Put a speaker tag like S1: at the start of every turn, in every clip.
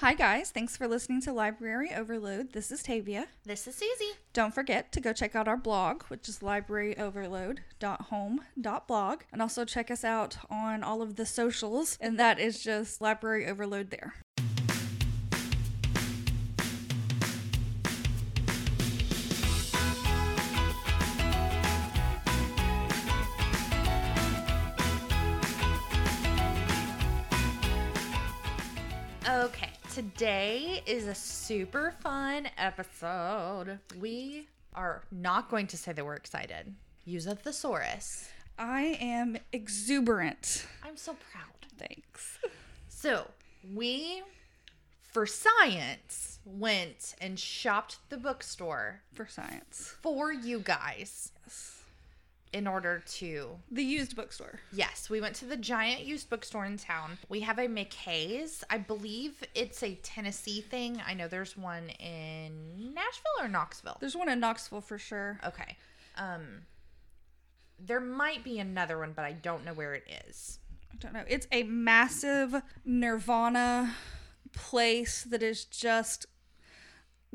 S1: Hi, guys. Thanks for listening to Library Overload. This is Tavia.
S2: This is Susie.
S1: Don't forget to go check out our blog, which is libraryoverload.home.blog, and also check us out on all of the socials, and that is just Library Overload there.
S2: Okay, today is a super fun episode. We are not going to say that we're excited. Use a thesaurus.
S1: I am exuberant.
S2: I'm so proud.
S1: Thanks.
S2: So, we, for science, went and shopped the bookstore
S1: For science.
S2: for you guys
S1: Yes.
S2: in order to
S1: The used bookstore.
S2: Yes, we went to the giant used bookstore in town. We have a McKay's. I believe it's a Tennessee thing. I know there's one in Nashville or Knoxville.
S1: There's one in Knoxville for sure.
S2: Okay. Um there might be another one, but I don't know where it is.
S1: I don't know. It's a massive Nirvana place that is just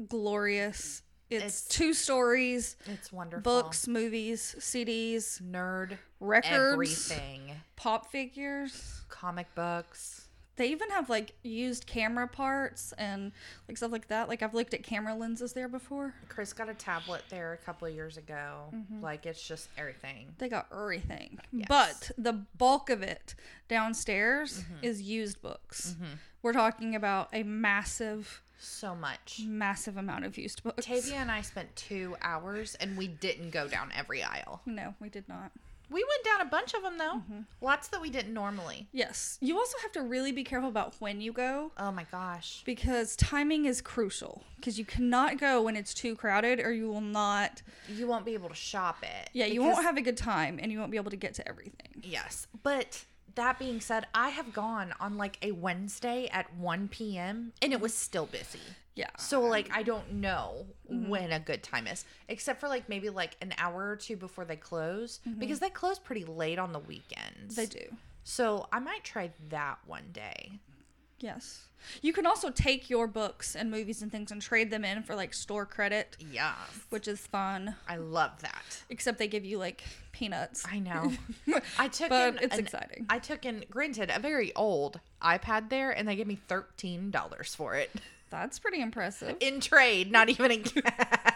S1: glorious. It's,
S2: It's-
S1: two stories,
S2: It's wonderful.
S1: books, movies, CDs,
S2: nerd,
S1: records,
S2: everything,
S1: pop figures.
S2: comic books.
S1: They even have like used camera parts and like stuff like that. Like I've looked at camera lenses there before.
S2: Chris got a tablet there a couple of years ago. Like it's just everything.
S1: They got everything. But the bulk of it downstairs
S2: Mm-hmm.
S1: is used books. We're talking about a massive
S2: So much.
S1: massive amount of used books.
S2: Tavia and I spent two hours and we didn't go down every aisle.
S1: No, we did not.
S2: We went down a bunch of them though.
S1: Mm-hmm.
S2: Lots that we didn't normally.
S1: Yes. You also have to really be careful about when you go
S2: Oh my gosh.
S1: because timing is crucial because you cannot go when it's too crowded or you will not
S2: You won't be able to shop it.
S1: yeah you
S2: because-
S1: won't have a good time and you won't be able to get to everything
S2: Yes. But that being said, I have gone on like a Wednesday at 1 p.m. and it was still busy.
S1: yeah
S2: So like I don't know
S1: Mm-hmm.
S2: when a good time is, except for like maybe like an hour or two before they close because they close pretty late on the weekends.
S1: Mm-hmm. they do
S2: So I might try that one day.
S1: yes you can also take your books and movies and things and trade them in for like store credit
S2: Yeah.
S1: which is fun
S2: I love that.
S1: except they give you like peanuts
S2: I know. I took
S1: But
S2: in
S1: it's
S2: an-
S1: exciting.
S2: I took in granted a very old iPad there and they gave me thirteen dollars for it.
S1: that's pretty impressive
S2: In trade, not even in cash.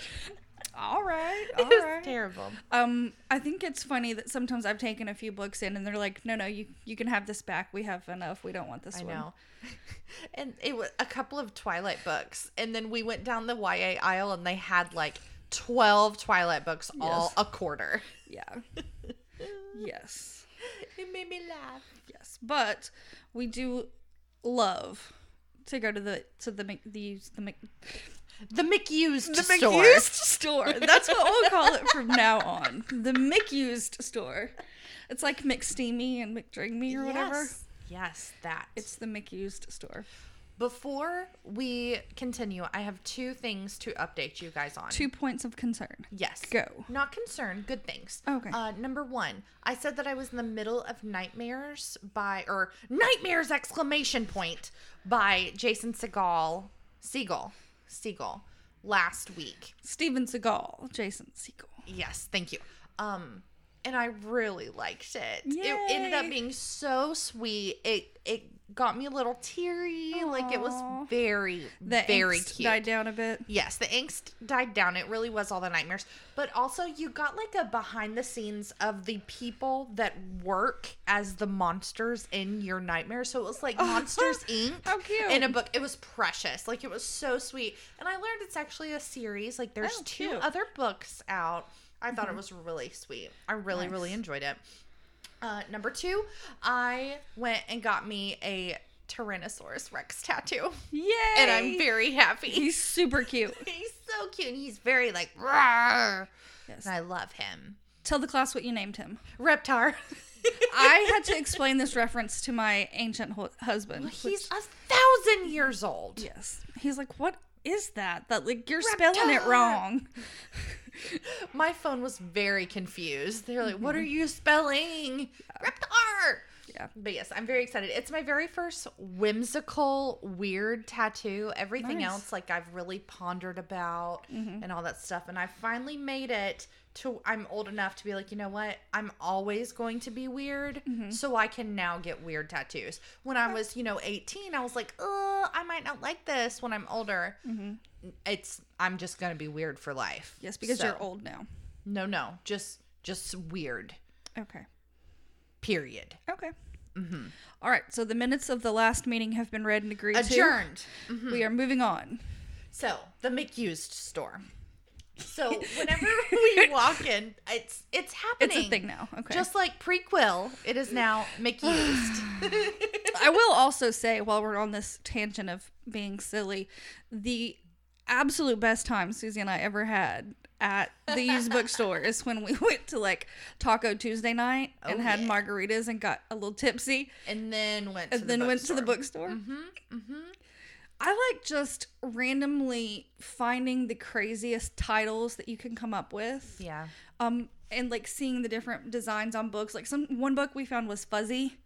S1: all right all
S2: It was
S1: right
S2: terrible.
S1: Um, I think it's funny that sometimes I've taken a few books in and they're like, no, no, you you can have this back. We have enough. We don't want this
S2: I
S1: one.
S2: know. And it was a couple of Twilight books. And then we went down the YA aisle and they had like twelve Twilight books all
S1: Yes.
S2: a quarter.
S1: Yeah. yes.
S2: It made me laugh.
S1: Yes. But we do love to go to the to the Mc- the used- the Mc-
S2: The McUsed
S1: the
S2: store.
S1: McUsed store. That's what we'll call it from now on. The McUsed store. It's like McSteamy and McDringme or whatever.
S2: Yes. Yes, that.
S1: It's the McUsed store.
S2: Before we continue, I have two things to update you guys on.
S1: Two points of concern.
S2: Yes.
S1: Go.
S2: Not concern. Good things.
S1: Okay.
S2: Uh, number one, I said that I was in the middle of Nightmares by or Nightmares exclamation point by Jason Segal Segal Segal last week.
S1: Steven Seagal, Jason Seagal.
S2: Yes, thank you. Um, and I really liked it. It ended
S1: Yay.
S2: up being so sweet. It it got me a little teary. Like it
S1: Aw.
S2: was very
S1: the
S2: very
S1: angst
S2: cute.
S1: died down a bit.
S2: Yes, the angst died down. It really was all the nightmares. But also, you got like a behind the scenes of the people that work as the monsters in your nightmare. So it was like Monsters Inc.
S1: Oh, How cute.
S2: In a book. It was precious. Like, it was so sweet. And I learned it's actually a series. Like, there's
S1: Oh,
S2: two
S1: cute. Mm-hmm.
S2: other books out. I thought it was really sweet. I really, really enjoyed it. Uh, number two, I went and got me a Tyrannosaurus Rex tattoo.
S1: Yay!
S2: And I'm very happy.
S1: He's super cute.
S2: He's so cute. And he's very like, Rawr.
S1: Yes.
S2: and I love him.
S1: Tell the class what you named him.
S2: Reptar.
S1: I had to explain this reference to my ancient hu- husband.
S2: he's a thousand years old.
S1: yes. He's like, what is that? That like you're spelling it
S2: Reptar.
S1: wrong.
S2: My phone was very confused. They're like, what are you spelling? Reptar.
S1: Mm-hmm. Yeah.
S2: But yes, I'm very excited. It's my very first whimsical, weird tattoo. Everything
S1: Nice. Mm-hmm.
S2: else, like I've really pondered about and all that stuff. And I finally made it to I'm old enough to be like, you know what? I'm always going to be weird.
S1: Mm-hmm.
S2: So I can now get weird tattoos. When I was, you know, 18, I was like, oh, I might not like this when I'm older. It's I'm just gonna be weird for life.
S1: Mm-hmm. Yes, because
S2: So-
S1: you're old now.
S2: No, no, just just weird.
S1: Okay.
S2: Period.
S1: Okay.
S2: Mm-hmm.
S1: All right. So the minutes of the last meeting have been read and agreed
S2: Adjourned.
S1: to. We are moving on.
S2: So the McUsed store. So whenever we walk in, it's
S1: It's
S2: it's happening.
S1: a thing now. Okay.
S2: Just like prequel, it is now McUsed.
S1: I will also say while we're on this tangent of being silly, the absolute best time Susie and I ever had at the used bookstore is when we went to like Taco Tuesday night and
S2: Oh,
S1: had
S2: yeah.
S1: margaritas and got a little tipsy
S2: and then went to
S1: and
S2: the
S1: then went to the
S2: bookstore. Mm-hmm,
S1: bookstore. I like just randomly finding the craziest titles that you can come up with.
S2: Yeah.
S1: Um and like seeing the different designs on books. Like some one book we found was fuzzy.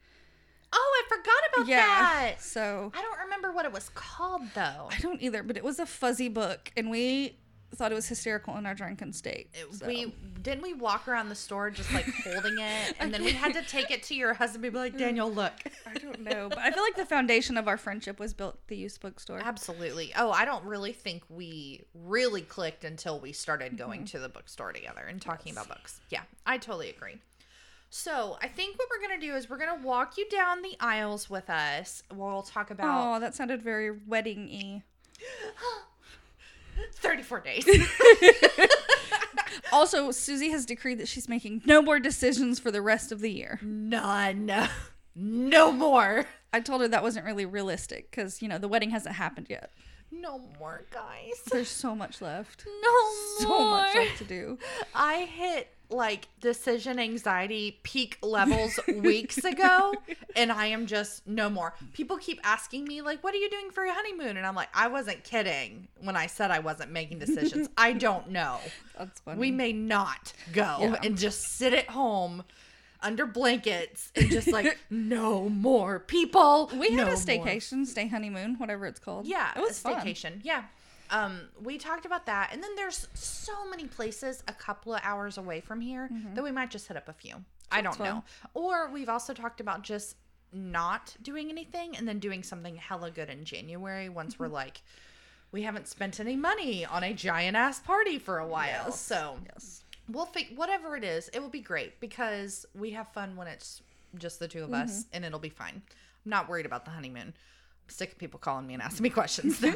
S2: Oh, I forgot about
S1: Yeah.
S2: that.
S1: So
S2: I don't remember what it was called though.
S1: I don't either, but it was a fuzzy book, and we thought it was hysterical in our drunken state. so.
S2: We didn't we walk around the store just like holding it, and then we had to take it to your husband and be
S1: Mm.
S2: like, Daniel, look.
S1: I don't know, but I feel like the foundation of our friendship was built at the used bookstore.
S2: Absolutely. Oh, I don't really think we really clicked until we started going to the bookstore together and talking about books. Yeah, I totally agree. So I think what we're gonna do is we're gonna walk you down the aisles with us. We'll talk about
S1: Oh, that sounded very wedding-y.
S2: 34 days.
S1: Also, Susie has decreed that she's making no more decisions for the rest of the year.
S2: None. No more.
S1: I told her that wasn't really realistic because you know the wedding hasn't happened yet.
S2: No more, guys.
S1: There's so much left,
S2: No
S1: so much left to do.
S2: I hit like decision anxiety peak levels weeks ago, and I am just no more. People keep asking me, like, what are you doing for your honeymoon? And I'm like, I wasn't kidding when I said I wasn't making decisions. I don't know.
S1: That's funny.
S2: We may not go
S1: Yeah.
S2: and just sit at home under blankets and just like, no more people.
S1: we had
S2: no
S1: a
S2: more."
S1: staycation, stay honeymoon, whatever it's called.
S2: Yeah,
S1: it was
S2: a
S1: fun.
S2: staycation. Yeah. Um, we talked about that, and then there's so many places a couple of hours away from here that we might just hit up a few. I don't
S1: Mm-hmm. fun.
S2: know. Or we've also talked about just not doing anything and then doing something hella good in January once
S1: Mm-hmm.
S2: we're like, we haven't spent any money on a giant ass party for a while.
S1: Yes.
S2: So
S1: Yes.
S2: we'll fig- whatever it is, it will be great because we have fun when it's just the two of us, and it'll be fine. I'm not worried about the honeymoon. I'm sick of people calling me and asking me questions. though.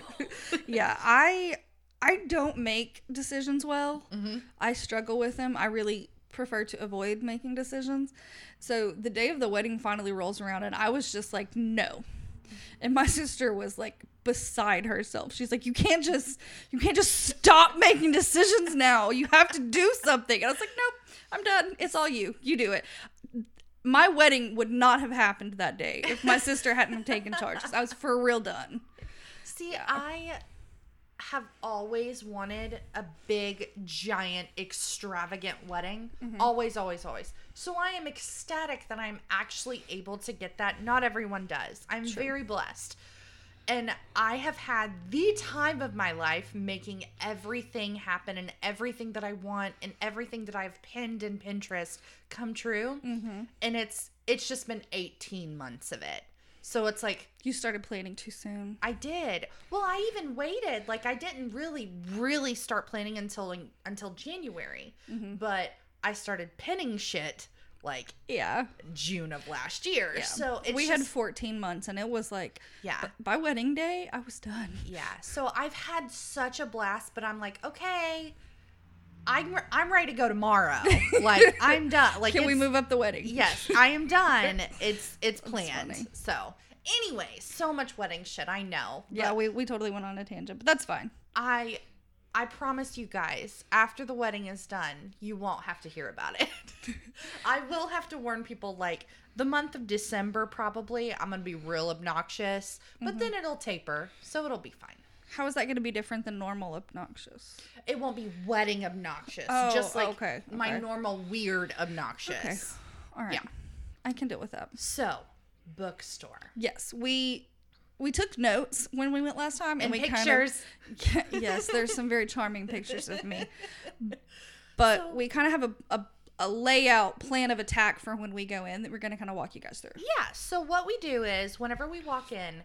S1: yeah i i don't make decisions well i struggle with them i really prefer to avoid making decisions so the day of the wedding finally rolls around and i was just like no and my sister was like beside herself she's like you can't just you can't just stop making decisions now you have to do something and i was like nope i'm done it's all you you do it my wedding would not have happened that day if my sister hadn't have taken charge 'cause i was for real done
S2: See, I have always wanted a big, giant, extravagant wedding. Always, always, always. So I am ecstatic that I'm actually able to get that. Not everyone does. I'm very blessed. And I have had the time of my life making everything happen and everything that I want and everything that I've pinned in Pinterest come true. And it's it's just been 18 months of it. So it's like
S1: You started planning too soon.
S2: I did. Well, I even waited. Like I didn't really, really start planning until until January.
S1: Mm-hmm.
S2: But I started pinning shit like
S1: Yeah.
S2: June of last year. So it's
S1: we had
S2: just,
S1: 14 months and it was like
S2: Yeah.
S1: b- by wedding day I was done.
S2: yeah. So I've had such a blast, but I'm like, okay, I'm re- I'm ready to go tomorrow. like I'm done. Like
S1: Can we
S2: it's-
S1: move up the wedding?
S2: Yes, I am done. it's it's planned.
S1: funny.
S2: So anyway, so much wedding shit. I know.
S1: Yeah,
S2: but
S1: we, we totally went on a tangent, but that's fine.
S2: I I promise you guys, after the wedding is done, you won't have to hear about it. I will have to warn people like the month of December probably. I'm going to be real obnoxious, but
S1: Mm-hmm.
S2: then it'll taper, so it'll be fine.
S1: How is that going to be different than normal obnoxious?
S2: It won't be wedding obnoxious,
S1: Oh,
S2: just like
S1: okay,
S2: my
S1: okay.
S2: normal weird obnoxious.
S1: All right.
S2: Yeah.
S1: I can deal with that.
S2: So, bookstore.
S1: Yes, we we took notes when we went last time, and,
S2: And
S1: we
S2: pictures.
S1: Kind of, yes, there's some very charming pictures of me, but
S2: So-
S1: we kind of have a, a a layout plan of attack for when we go in that we're going to kind of walk you guys through.
S2: Yeah. So what we do is whenever we walk in,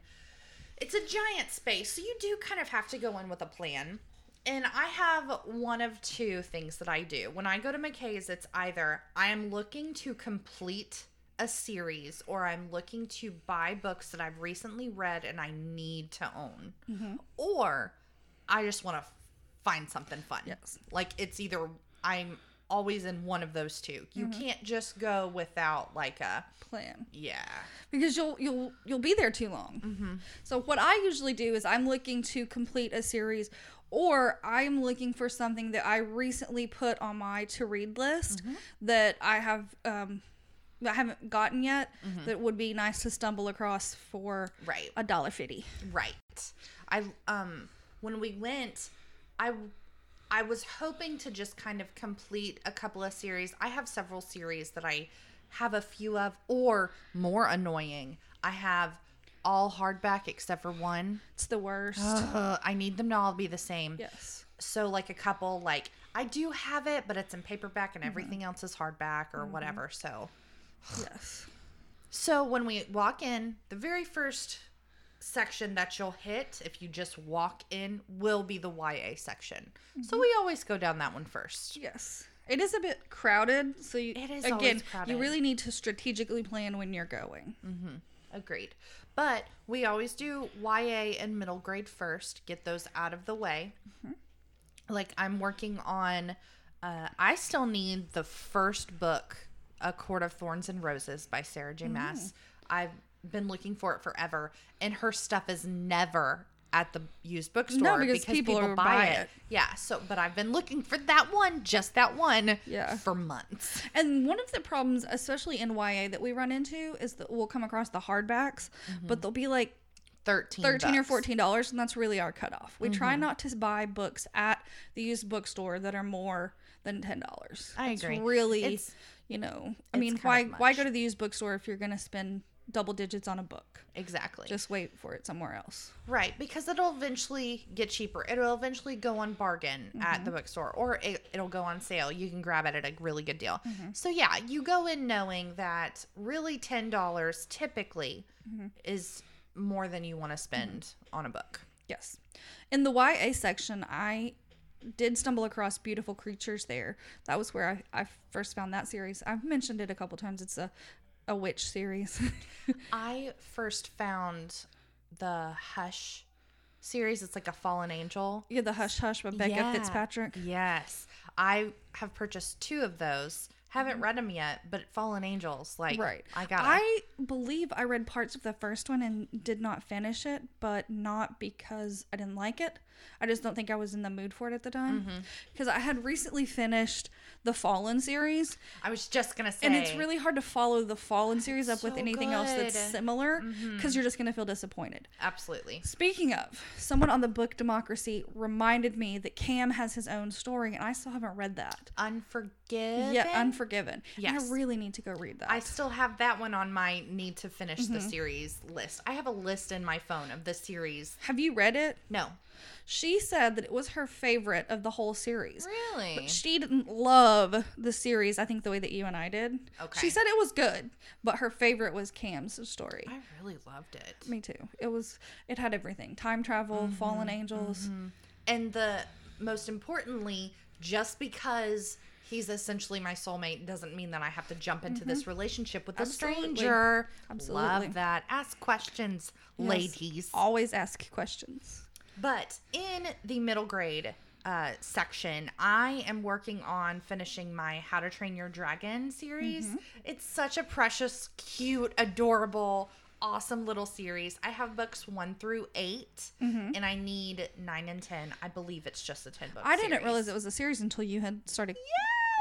S2: it's a giant space. So you do kind of have to go in with a plan. And I have one of two things that I do. When I go to McKay's, it's either I am looking to complete a series or I'm looking to buy books that I've recently read and I need to own. Or I just want to find something fun.
S1: Yes.
S2: Like it's either I'm always in one of those two. You can't just go without like a
S1: Plan
S2: yeah.
S1: because you'll you'll you'll be there too long.
S2: Mm-hmm.
S1: So what I usually do is I'm looking to complete a series, or I'm looking for something that I recently put on my to read list
S2: Mm-hmm.
S1: that I have um, that I haven't gotten yet. That would be nice to stumble across for
S2: Mm-hmm. Right.
S1: a dollar fifty.
S2: Right. I um when we went, I I was hoping to just kind of complete a couple of series. I have several series that I have a few of or more annoying. I have all hardback except for one.
S1: It's the worst.
S2: Ugh, I need them to all be the same.
S1: yes.
S2: So like a couple like I do have it, but it's in paperback and everything else is hardback or whatever. So
S1: Yes.
S2: so when we walk in, the very first section that you'll hit if you just walk in will be the YA section. So we always go down that one first.
S1: Yes. It is a bit crowded, so you,
S2: It is always
S1: again,
S2: crowded.
S1: you really need to strategically plan when you're going.
S2: Agreed. But we always do YA and middle grade first, get those out of the way.
S1: Mm-hmm.
S2: Like I'm working on uh, I still need the first book, A Court of Thorns and Roses by Sarah J.
S1: Mm.
S2: Mass. I've been looking for it forever, and her stuff is never at the used bookstore
S1: because people are- buy it.
S2: Yeah. So, but I've been looking for that one, just that one,
S1: Yeah.
S2: for months.
S1: And one of the problems, especially in YA, that we run into is that we'll come across the hardbacks,
S2: Mm-hmm.
S1: but they'll be like
S2: Thirteen.
S1: thirteen or
S2: bucks.
S1: fourteen dollars, and that's really our cutoff. We try
S2: Mm-hmm.
S1: not to buy books at the used bookstore that are more than ten dollars.
S2: I agree.
S1: It's really,
S2: It's-
S1: you know, I
S2: it's
S1: mean, why
S2: kind of
S1: why
S2: much.
S1: go to the used bookstore if you're going to spend double digits on a book?
S2: Exactly.
S1: Just wait for it somewhere else.
S2: Right, because it'll eventually get cheaper. It'll eventually go on bargain at
S1: Mm-hmm.
S2: the bookstore or it, it'll go on sale. You can grab it at a really good deal.
S1: Mm-hmm.
S2: So, yeah, you go in knowing that really $10 typically
S1: Mm-hmm.
S2: is more than you want to spend on a book.
S1: Yes. In the YA section, I did stumble across Beautiful Creatures there. That was where I, I first found that series. I've mentioned it a couple times. It's a, a witch series.
S2: I first found the Hush series, it's like a fallen angel.
S1: yeah, the Hush Hush by Becca
S2: Yeah.
S1: Fitzpatrick.
S2: Yes. I have purchased two of those. Haven't read them yet, but Fallen Angels, like,
S1: Mm-hmm. Right.
S2: I got 'em.
S1: I believe I read parts of the first one and did not finish it, but not because I didn't like it. I just don't think I was in the mood for it at the
S2: Mm-hmm.
S1: time. Because I had recently finished the Fallen series,
S2: I was just gonna say,
S1: and it's really hard to follow the Fallen series up with
S2: so
S1: anything else that's
S2: good. Mm-hmm.
S1: similar because you're just going to feel disappointed.
S2: absolutely
S1: Speaking of, someone on the book Democracy reminded me that Cam has his own story, and I still haven't read that.
S2: unforgiven.
S1: Yeah, Unforgiven. And
S2: Yes.
S1: I really need to go read that.
S2: I still have that one on my need to finish the
S1: Mm-hmm.
S2: series list. I have a list in my phone of the series.
S1: Have you read it?
S2: No,
S1: She said that it was her favorite of the whole series.
S2: really.
S1: She didn't love the series, I think, the way that you and I did.
S2: Okay.
S1: She said it was good, but her favorite was Cam's story.
S2: I really loved it.
S1: Me too. It was. It had everything: time travel,
S2: Mm-hmm.
S1: fallen angels.
S2: And the most importantly, just because he's essentially my soulmate doesn't mean that I have to jump into this relationship with a
S1: Mm-hmm. Absolutely.
S2: stranger.
S1: Absolutely.
S2: Love that. Ask questions,
S1: Yes.
S2: ladies.
S1: Always ask questions.
S2: But in the middle grade uh, section, I am working on finishing my How to Train Your Dragon series.
S1: Mm-hmm.
S2: It's such a precious, cute, adorable, awesome little series. I have books one through 8
S1: Mm-hmm.
S2: and I need nine and 10. I believe it's just a 10 book
S1: I didn't
S2: series.
S1: realize it was a series until you had started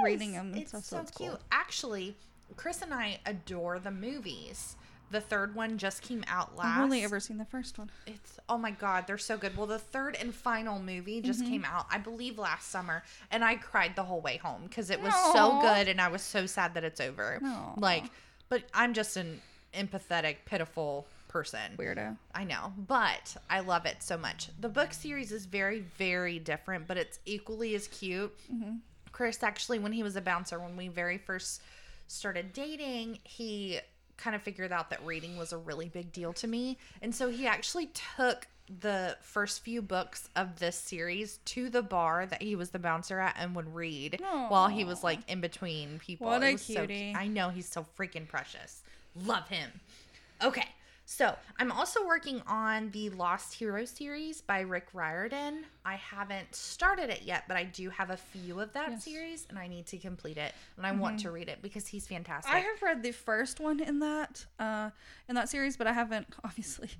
S1: reading them. And
S2: It's
S1: stuff, so,
S2: so
S1: it's
S2: cute.
S1: Cool.
S2: Actually, Chris and I adore the movies. The third one just came out last.
S1: I've only ever seen the first one.
S2: It's oh my god, they're so good. Well, the third and final movie just
S1: Mm-hmm.
S2: came out, I believe, last summer, and I cried the whole way home because it was so
S1: Aw.
S2: good, and I was so sad that it's over.
S1: Aw.
S2: Like But I'm just an empathetic, pitiful person.
S1: Weirdo.
S2: I know, but I love it so much. The book series is very, very different, but it's equally as cute.
S1: Mm-hmm.
S2: Chris, actually, when he was a bouncer, when we very first started dating, he kind of figured out that reading was a really big deal to me. And so he actually took the first few books of this series to the bar that he was the bouncer at and would read while he was like in between people.
S1: What a
S2: was so cute.
S1: cutie.
S2: I know he's so freaking precious. Love him. Okay. So I'm also working on the Lost Hero series by Rick Riordan. I haven't started it yet, but I do have a few of that series and I need to complete it and I want to read it because he's fantastic.
S1: Mm-hmm. I have read the first one in that uh, in that series, but I haven't obviously.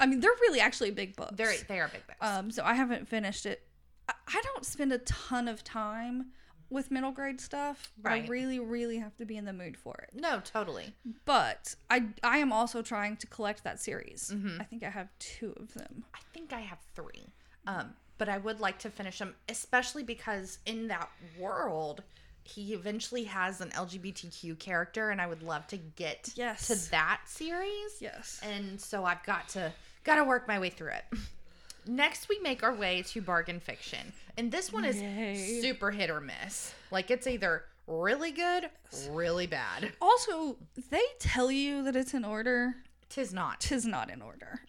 S1: I mean, they're really actually big books.
S2: They're they are big books.
S1: Um, so I haven't finished it. I, I don't spend a ton of time with middle grade stuff. I
S2: Right.
S1: really, really have to be in the mood for it.
S2: no, totally.
S1: But I, I am also trying to collect that series. I think I have two of them.
S2: I think I have three. Um, but I would like to finish them, especially because in that world, he eventually has an LGBTQ character, and I would love to get
S1: Yes.
S2: to that series.
S1: Yes.
S2: And so I've got to got to work my way through it. Next, we make our way to bargain fiction, and this one is
S1: Yay.
S2: super hit or miss. Like it's either really good, really bad.
S1: Also, they tell you that it's in order.
S2: Tis not.
S1: Tis not in order.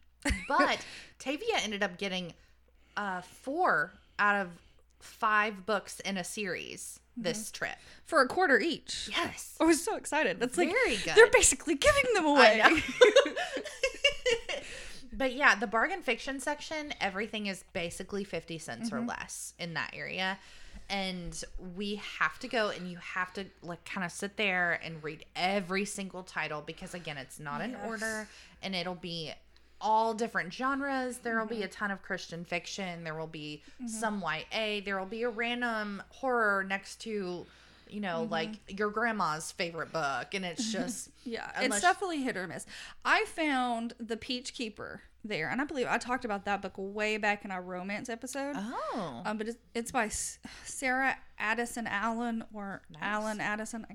S2: But Tavia ended up getting uh, four out of five books in a series this trip.
S1: For a quarter each.
S2: Yes.
S1: I was so excited. That's like
S2: Very good.
S1: they're basically giving them away.
S2: but yeah, the bargain fiction section, everything is basically 50 cents or
S1: Mm-hmm.
S2: less in that area. And we have to go and you have to like kind of sit there and read every single title because again, it's not in
S1: Yes.
S2: order and it'll be all different genres. There will
S1: Mm-hmm.
S2: be a ton of Christian fiction, there will be some YA, there will be a random horror next to you know,
S1: Mm-hmm.
S2: like your grandma's favorite book, and it's just
S1: Yeah,
S2: Unless-
S1: it's definitely hit or miss. I found the Peach Keeper there, and I believe I talked about that book way back in our romance episode.
S2: oh,
S1: Um, but it's, it's by S- Sarah Addison Allen or Allen Addison.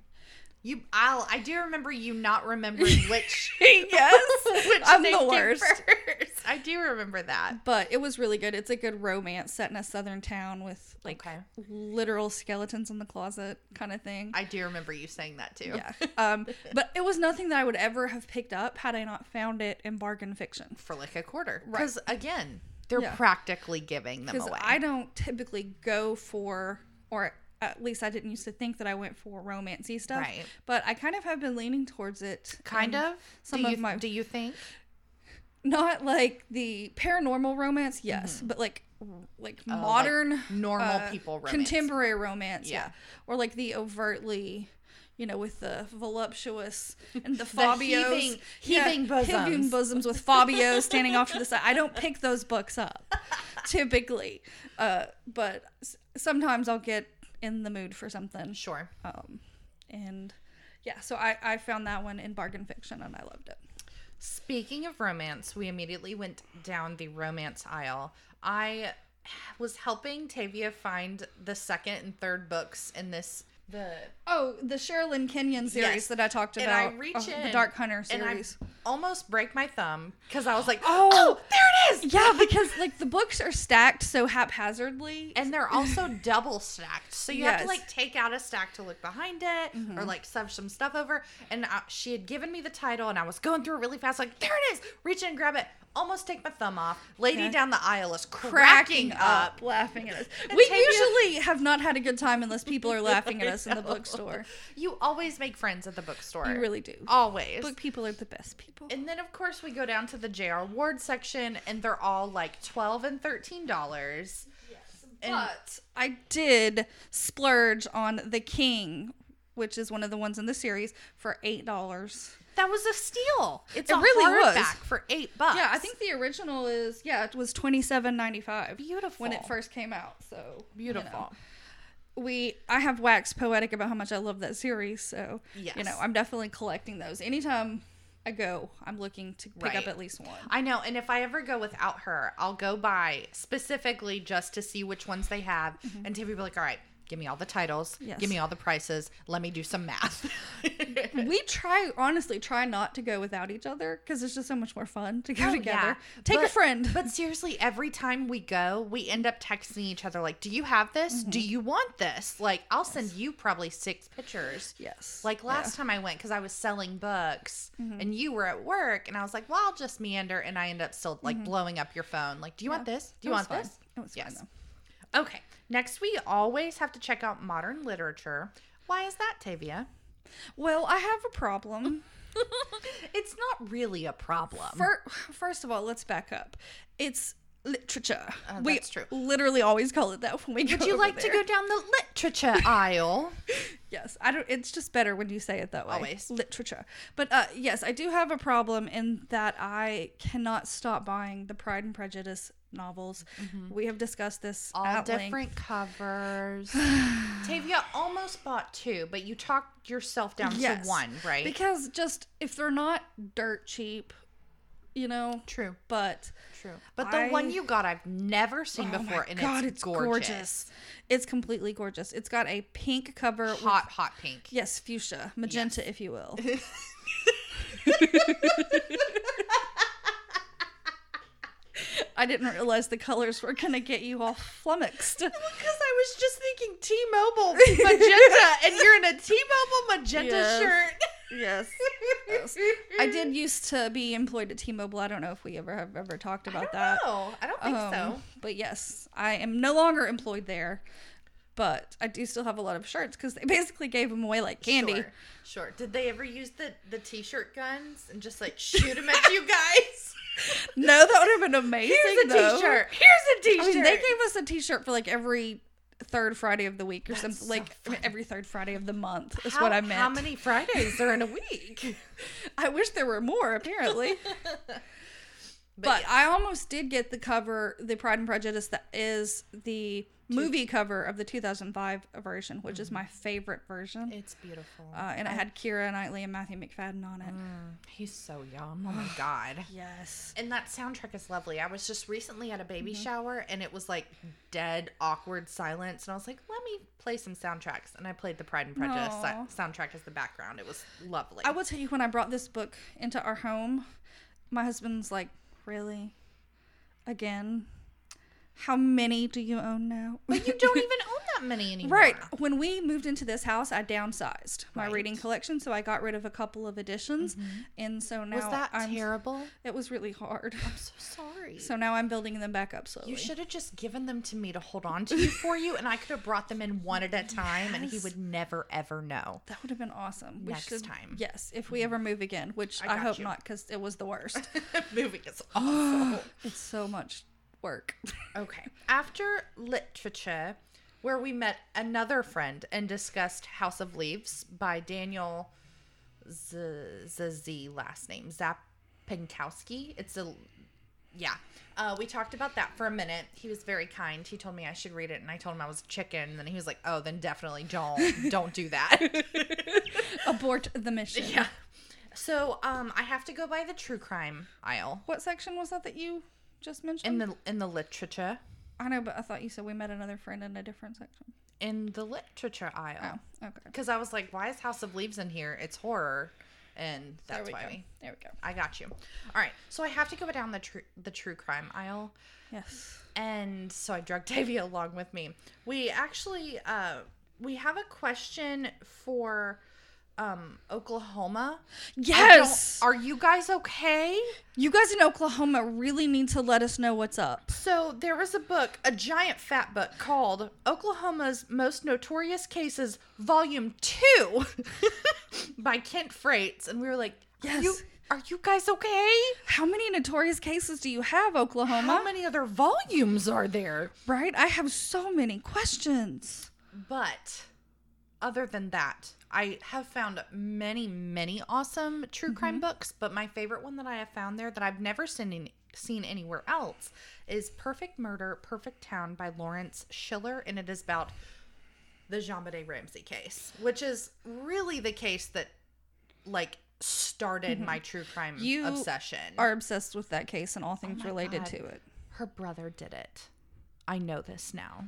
S2: You, I'll, I do remember you not remembering which.
S1: yes,
S2: which
S1: I'm
S2: they
S1: the
S2: did
S1: worst.
S2: first. I do remember that.
S1: But it was really good. It's a good romance set in a southern town with like
S2: Okay.
S1: literal skeletons in the closet kind of thing.
S2: I do remember you saying that too.
S1: yeah. Um, but it was nothing that I would ever have picked up had I not found it in bargain fiction.
S2: For like a quarter. Because again, they're
S1: Yeah.
S2: practically giving them
S1: because
S2: away.
S1: I don't typically go for, or at least I didn't used to think that I went for romancy stuff.
S2: Right.
S1: But I kind of have been leaning towards it.
S2: kind
S1: and
S2: of.
S1: some
S2: do
S1: of
S2: you,
S1: my-
S2: Do you think?
S1: Not like the paranormal romance, yes, but like like modern
S2: Mm-hmm. Uh,
S1: uh,
S2: normal people romance.
S1: contemporary romance, yeah.
S2: Yeah.
S1: or like the overtly. You know, with the voluptuous and the, Fabios,
S2: heaving-
S1: Yeah,
S2: heaving bosoms.
S1: heaving bosoms with Fabio standing off to the side. I don't pick those books up typically, uh, but s- sometimes I'll get in the mood for something.
S2: Sure.
S1: Um, and yeah, so I, I found that one in bargain fiction and I loved it.
S2: Speaking of romance, we immediately went down the romance aisle. I was helping Tavia find the second and third books in this the
S1: Oh, the Sherilyn Kenyon series
S2: Yes.
S1: that I talked
S2: And
S1: about.
S2: I reach
S1: oh,
S2: in
S1: the Dark Hunter
S2: and I
S1: series.
S2: almost break my thumb because I was like,
S1: Oh.
S2: oh, there it is.
S1: yeah, because like the books are stacked so haphazardly.
S2: And they're also double stacked. So you have to
S1: Yes. Mm-hmm.
S2: like take out a stack to look behind it or like stuff some stuff over. And I, she had given me the title and I was going through it really fast, like, there it is. Reach in, grab it, almost take my thumb off. Lady
S1: Okay.
S2: down the aisle is cracking,
S1: cracking
S2: up.
S1: up, laughing at us. We
S2: Tavia-
S1: usually have not had a good time unless people are laughing at us in the bookstore.
S2: You always make friends at the bookstore.
S1: You really do.
S2: Always.
S1: Book people are the best people.
S2: And then of course we go down to the J.R. Ward section and they're all like 12 and 13 dollars. and-
S1: but I did splurge on The King, which is one of the ones in the series, for eight dollars.
S2: That was a steal. It's
S1: It
S2: a
S1: really was.
S2: hardback for eight bucks.
S1: Yeah, I think the original is yeah, it was twenty seven ninety five.
S2: Beautiful.
S1: when it first came out. So you know.
S2: beautiful.
S1: we I have waxed poetic about how much I love that series. So you
S2: Yes.
S1: know, I'm definitely collecting those. Anytime I go, I'm looking to pick
S2: Right.
S1: up at least one.
S2: I know, and if I ever go Mm-hmm. without her, I'll go by specifically just to see which ones they have, and Tavia will be like, "All right, Give me all the titles.
S1: Yes.
S2: Give me all the prices. Let me do some math.
S1: we try honestly try not to go without each other because it's just so much more fun to go
S2: Oh,
S1: together.
S2: yeah.
S1: Take a
S2: But-
S1: friend.
S2: But seriously, every time we go, we end up texting each other like, "Do you have this? Do you want this?" Like, I'll send you probably six pictures.
S1: yes.
S2: Like last time I went because I was selling books
S1: Mm-hmm.
S2: and you were at work, and I was like, "Well, I'll just meander," and I end up still like blowing up your phone. Like, "Do you want this? Do you want this?"
S1: Mm-hmm. It was
S2: Yes.
S1: fun
S2: Okay. Next, we always have to check out modern literature. Why is that, Tavia?
S1: though. Well, I have a problem.
S2: It's not really a problem.
S1: Fir- First of all, let's back up. It's literature.
S2: Oh,
S1: we
S2: that's true.
S1: literally always call it that when we go.
S2: Would you
S1: over
S2: like to
S1: there.
S2: go down the literature aisle?
S1: Yes, I don't. It's just better when you say it that way.
S2: Always.
S1: literature. But uh, yes, I do have a problem in that I cannot stop buying the Pride and Prejudice novels. We have discussed this
S2: Mm-hmm. all
S1: at length.
S2: different covers. Tavia almost bought two, but you talked yourself down
S1: Yes.
S2: to one, right?
S1: Because just if they're not dirt cheap, you know.
S2: true,
S1: But
S2: true. But the one
S1: I-
S2: you got, I've never seen
S1: oh
S2: before,
S1: my
S2: and
S1: god,
S2: it's, gorgeous.
S1: It's completely gorgeous. It's got a pink cover. with-
S2: Hot, hot pink.
S1: yes, fuchsia, magenta, if you will. I didn't realize the colors were gonna get you all flummoxed.
S2: Because I was just thinking T-Mobile magenta, and you're in a T-Mobile magenta
S1: Yes.
S2: shirt.
S1: yes. Yes. I did used to be employed at T-Mobile. I don't know if we ever have ever talked about that.
S2: No, I don't think so.
S1: Um, But yes, I am no longer employed there. But I do still have a lot of shirts because they basically gave them away like candy.
S2: Sure, sure. Did they ever use the the T-shirt guns and just like shoot them at you guys?
S1: No, that would have been amazing.
S2: Here's a
S1: though.
S2: T-shirt. Here's a T-shirt.
S1: I mean, they gave us a T-shirt for like every third Friday of the week or something.
S2: so
S1: Like every third Friday of the month is
S2: How-
S1: what I meant.
S2: How many Fridays are in a week?
S1: I wish there were more. Apparently. But,
S2: yeah.
S1: I almost did get the cover, the Pride and Prejudice that is the movie cover of the 2005 version, which
S2: Mm-hmm.
S1: is my favorite version.
S2: it's beautiful.
S1: uh, and it had Kira Knightley and Matthew McFadden on it.
S2: Mm, He's so young. Oh my god.
S1: Yes.
S2: And that soundtrack is lovely. I was just recently at a baby
S1: Mm-hmm.
S2: shower and it was like dead, awkward silence. And I was like, let me play some soundtracks. And I played the Pride and Prejudice si-
S1: Aw.
S2: soundtrack as the background. It was lovely.
S1: I will tell you, when I brought this book into our home, my husband's like, Really? Again? How many do you own now?
S2: but you don't even own that many anymore.
S1: Right. When we moved into this house, I downsized my
S2: Right. Mm-hmm.
S1: reading collection, so I got rid of a couple of editions, and so now
S2: Was that
S1: I'm,
S2: terrible?
S1: It was really hard.
S2: I'm so sorry.
S1: So now I'm building them back up slowly.
S2: you should have just given them to me to hold on to for you, and I could have brought them in one at a time, and he would never, ever know.
S1: That would have been awesome. We
S2: Next
S1: should-
S2: time. Mm-hmm.
S1: Yes, if we ever move again, which I,
S2: got
S1: hope
S2: you.
S1: not because it was the worst.
S2: Moving is awful.
S1: it's so much work.
S2: Okay. After literature, where we met another friend and discussed House of Leaves by Daniel Z, Z, Z last name Zapinkowski. It's a yeah. Uh, we talked about that for a minute. He was very kind. He told me I should read it, and I told him I was a chicken. And then he was like, "Oh, then definitely don't don't do that."
S1: Abort the mission.
S2: yeah. So um, I have to go by the true crime aisle
S1: What section was that that you just mentioned?
S2: in the in the literature
S1: I know, but I thought you said we met another friend in a different section.
S2: in the literature aisle.
S1: Oh, okay.
S2: because I was like, why is House of Leaves in here? It's horror, and
S1: There
S2: that's
S1: we
S2: why
S1: go.
S2: we.
S1: There we go.
S2: I got you. All right, so I have to go down the true the true crime aisle,
S1: Yes.
S2: and so I drug Davia along with me. We actually uh, we have a question for um, Oklahoma. I don't-
S1: Yes.
S2: are you guys okay?
S1: You guys in Oklahoma really need to let us know what's up.
S2: So there was a book, a giant fat book called Oklahoma's Most Notorious Cases, Volume 2 by Kent Frates. And we were like,
S1: Yes.
S2: yes. you, Are you guys okay?
S1: How many notorious cases do you have, Oklahoma?
S2: How many other volumes are there?
S1: right? I have so many questions.
S2: But other than that, I have found many, many awesome true
S1: Mm-hmm.
S2: crime books. But my favorite one that I have found there that I've never seen in, seen anywhere else is Perfect Murder, Perfect Town by Lawrence Schiller, and it is about the Jean Benet Ramsey case, which is really the case that like started my true crime
S1: Mm-hmm. You
S2: obsession.
S1: Are obsessed with that case and all things
S2: Oh my
S1: related
S2: God.
S1: to it.
S2: Her brother did it. I know this now.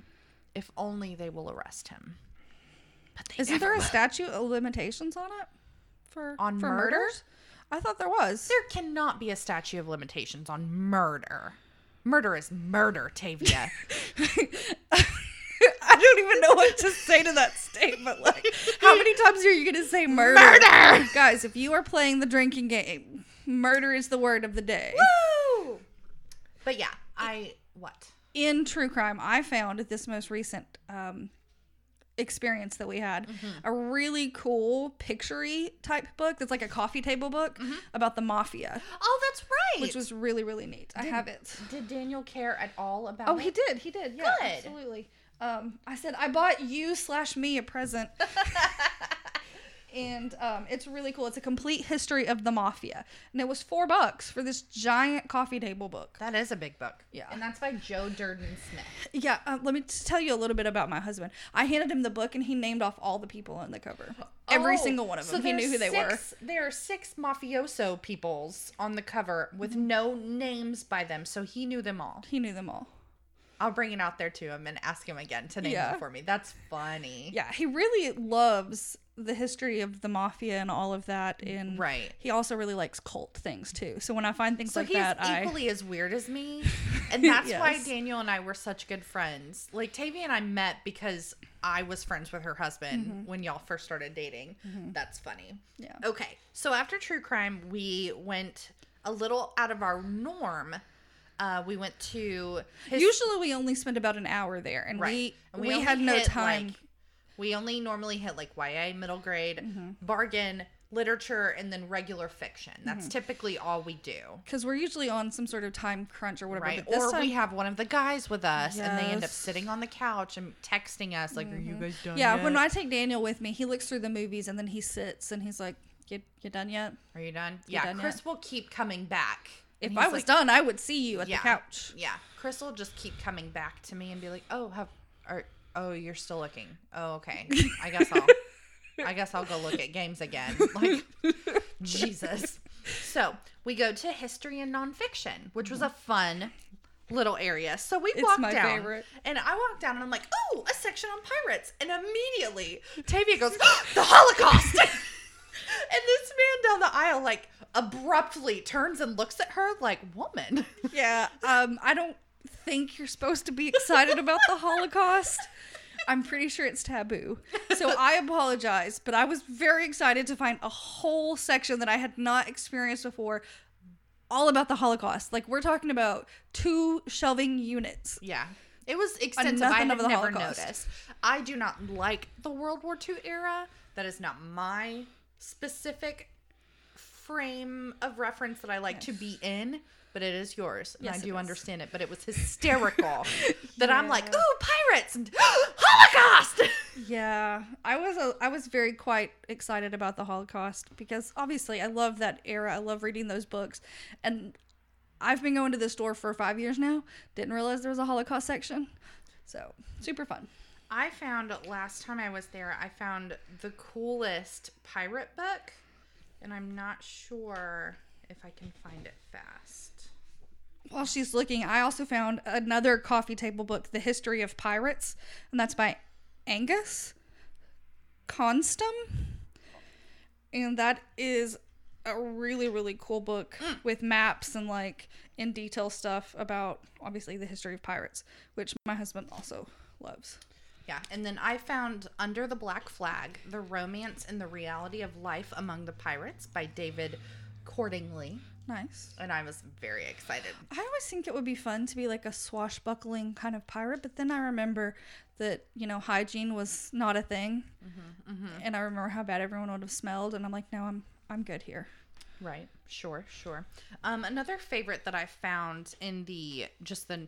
S2: If only they will arrest him. But they
S1: Isn't there
S2: never
S1: a
S2: will.
S1: statute of limitations on it for
S2: On
S1: for
S2: murder?
S1: I thought there was.
S2: There cannot be a statute of limitations on murder. Murder is murder, Tavia.
S1: I don't even know what to say to that statement. Like, how many times are you going to say murder?
S2: Murder!
S1: Guys, if you are playing the drinking game, murder is the word of the day.
S2: Woo! But yeah, I what?
S1: in true crime, I found at this most recent um, experience that we had a really cool picturey type book that's like a coffee table book about the mafia,
S2: Oh, that's right.
S1: which was really really neat. I have it.
S2: Did Daniel care at all about?
S1: Oh, he did. He did. Yeah,
S2: Good.
S1: absolutely. Um, I said I bought you slash me a present. And um, it's really cool. It's a complete history of the mafia, and it was four bucks for this giant coffee table book.
S2: That is a big book.
S1: Yeah.
S2: and that's by Joe Durden Smith.
S1: Yeah, uh, let me just tell you a little bit about my husband. I handed him the book and he named off all the people on the cover. Every
S2: Oh,
S1: single one of
S2: so
S1: them. he knew
S2: there's
S1: who they were.
S2: six- There are six mafioso peoples on the cover with
S1: Mm-hmm.
S2: no names by them, so he knew them all.
S1: He knew them all.
S2: I'll bring it out there to him and ask him again to name
S1: Yeah.
S2: them for me. That's funny.
S1: Yeah, he really loves the history of the mafia and all of that. And
S2: Right.
S1: he also really likes cult things too. So when I find things
S2: So
S1: like
S2: he's
S1: that, I.
S2: equally as weird as me. And that's why
S1: Yes.
S2: Daniel and I were such good friends. Like Tavia and I met because I was friends with her husband when y'all first started dating. That's funny.
S1: Mm-hmm. Yeah.
S2: Okay. So after true crime, we went a little out of our norm. Uh, we went to his
S1: Usually we only spend about an hour there, and we
S2: and
S1: we,
S2: only
S1: had no
S2: hit,
S1: time.
S2: like- we only normally hit like YA, middle grade,
S1: Mm-hmm.
S2: bargain, literature, and then regular fiction. That's
S1: Mm-hmm.
S2: typically all we do.
S1: because we're usually on some sort of time crunch or whatever.
S2: Right.
S1: But this
S2: or
S1: time,
S2: we have one of the guys with us and they end up
S1: Yes. Mm-hmm.
S2: sitting on the couch and texting us like, Are you guys done?
S1: yeah,
S2: yet?
S1: when I take Daniel with me, he looks through the movies and then he sits and he's like, "You you done yet?"
S2: Are you done? Yeah.
S1: done
S2: Chris
S1: yet?
S2: will keep coming back.
S1: If
S2: And
S1: I
S2: he's
S1: was
S2: like,
S1: done, I would see you at
S2: Yeah.
S1: the couch.
S2: Yeah. Chris will just keep coming back to me and be like, Oh, have are oh, you're still looking. Oh, okay. I guess I'll I guess I'll go look at games again. Like Jesus. So we go to history and nonfiction, which was a fun little area. So we
S1: It's
S2: walked
S1: my
S2: down,
S1: favorite.
S2: and I walked down, and I'm like, "Oh, a section on pirates!" And immediately Tavia goes, "Oh, "The Holocaust!" and this man down the aisle like abruptly turns and looks at her like, "Woman."
S1: Yeah. Um, I don't think you're supposed to be excited about the Holocaust. I'm pretty sure it's taboo. So I apologize, but I was very excited to find a whole section that I had not experienced before all about the Holocaust. Like we're talking about two shelving units.
S2: Yeah. It was extensive. I
S1: nothing
S2: had
S1: of the
S2: never
S1: Holocaust.
S2: noticed. I do not like the World War II era. That is not my specific frame of reference that I like to be in, but it is yours. And I
S1: Yes, it
S2: do
S1: is.
S2: understand it, but it was hysterical that I'm like,
S1: Yeah.
S2: ooh, pirates and Holocaust.
S1: Yeah. I was a, I was very quite excited about the Holocaust because obviously I love that era. I love reading those books. And I've been going to this store for 5 years now. Didn't realize there was a Holocaust section. So, super fun.
S2: I found last time I was there, I found the coolest pirate book, and I'm not sure if I can find it fast.
S1: While she's looking, I also found another coffee table book, The History of Pirates, and that's by Angus Constum. And that is a really, really cool book with maps and like in detail stuff about obviously the history of pirates, which my husband also loves.
S2: Yeah, and then I found Under the Black Flag: The Romance and the Reality of Life Among the Pirates by David Cordingley,
S1: Nice.
S2: and I was very excited.
S1: I always think it would be fun to be like a swashbuckling kind of pirate, but then I remember that you know hygiene was not a thing,
S2: Mm-hmm,
S1: and I remember how bad everyone would have smelled, and I'm like, no, I'm I'm good here.
S2: Right. Sure, sure. Um, another favorite that I found in the just the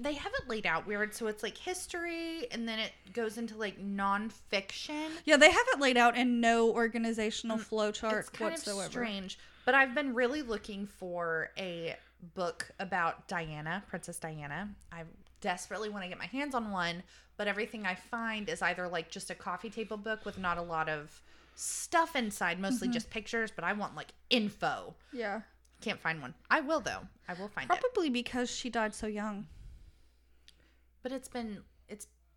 S2: they have it laid out weird, so it's like history and then it goes into like nonfiction.
S1: Yeah, they have it laid out in no organizational flow chart
S2: Mm, It's kind
S1: whatsoever.
S2: of strange, but I've been really looking for a book about Diana, Princess Diana. I desperately want to get my hands on one, but everything I find is either like just a coffee table book with not a lot of stuff inside, mostly
S1: Mm-hmm.
S2: just pictures, but I want like info.
S1: Yeah,
S2: Can't find one. I will though. I will find it.
S1: probably because she died so young.
S2: But it's been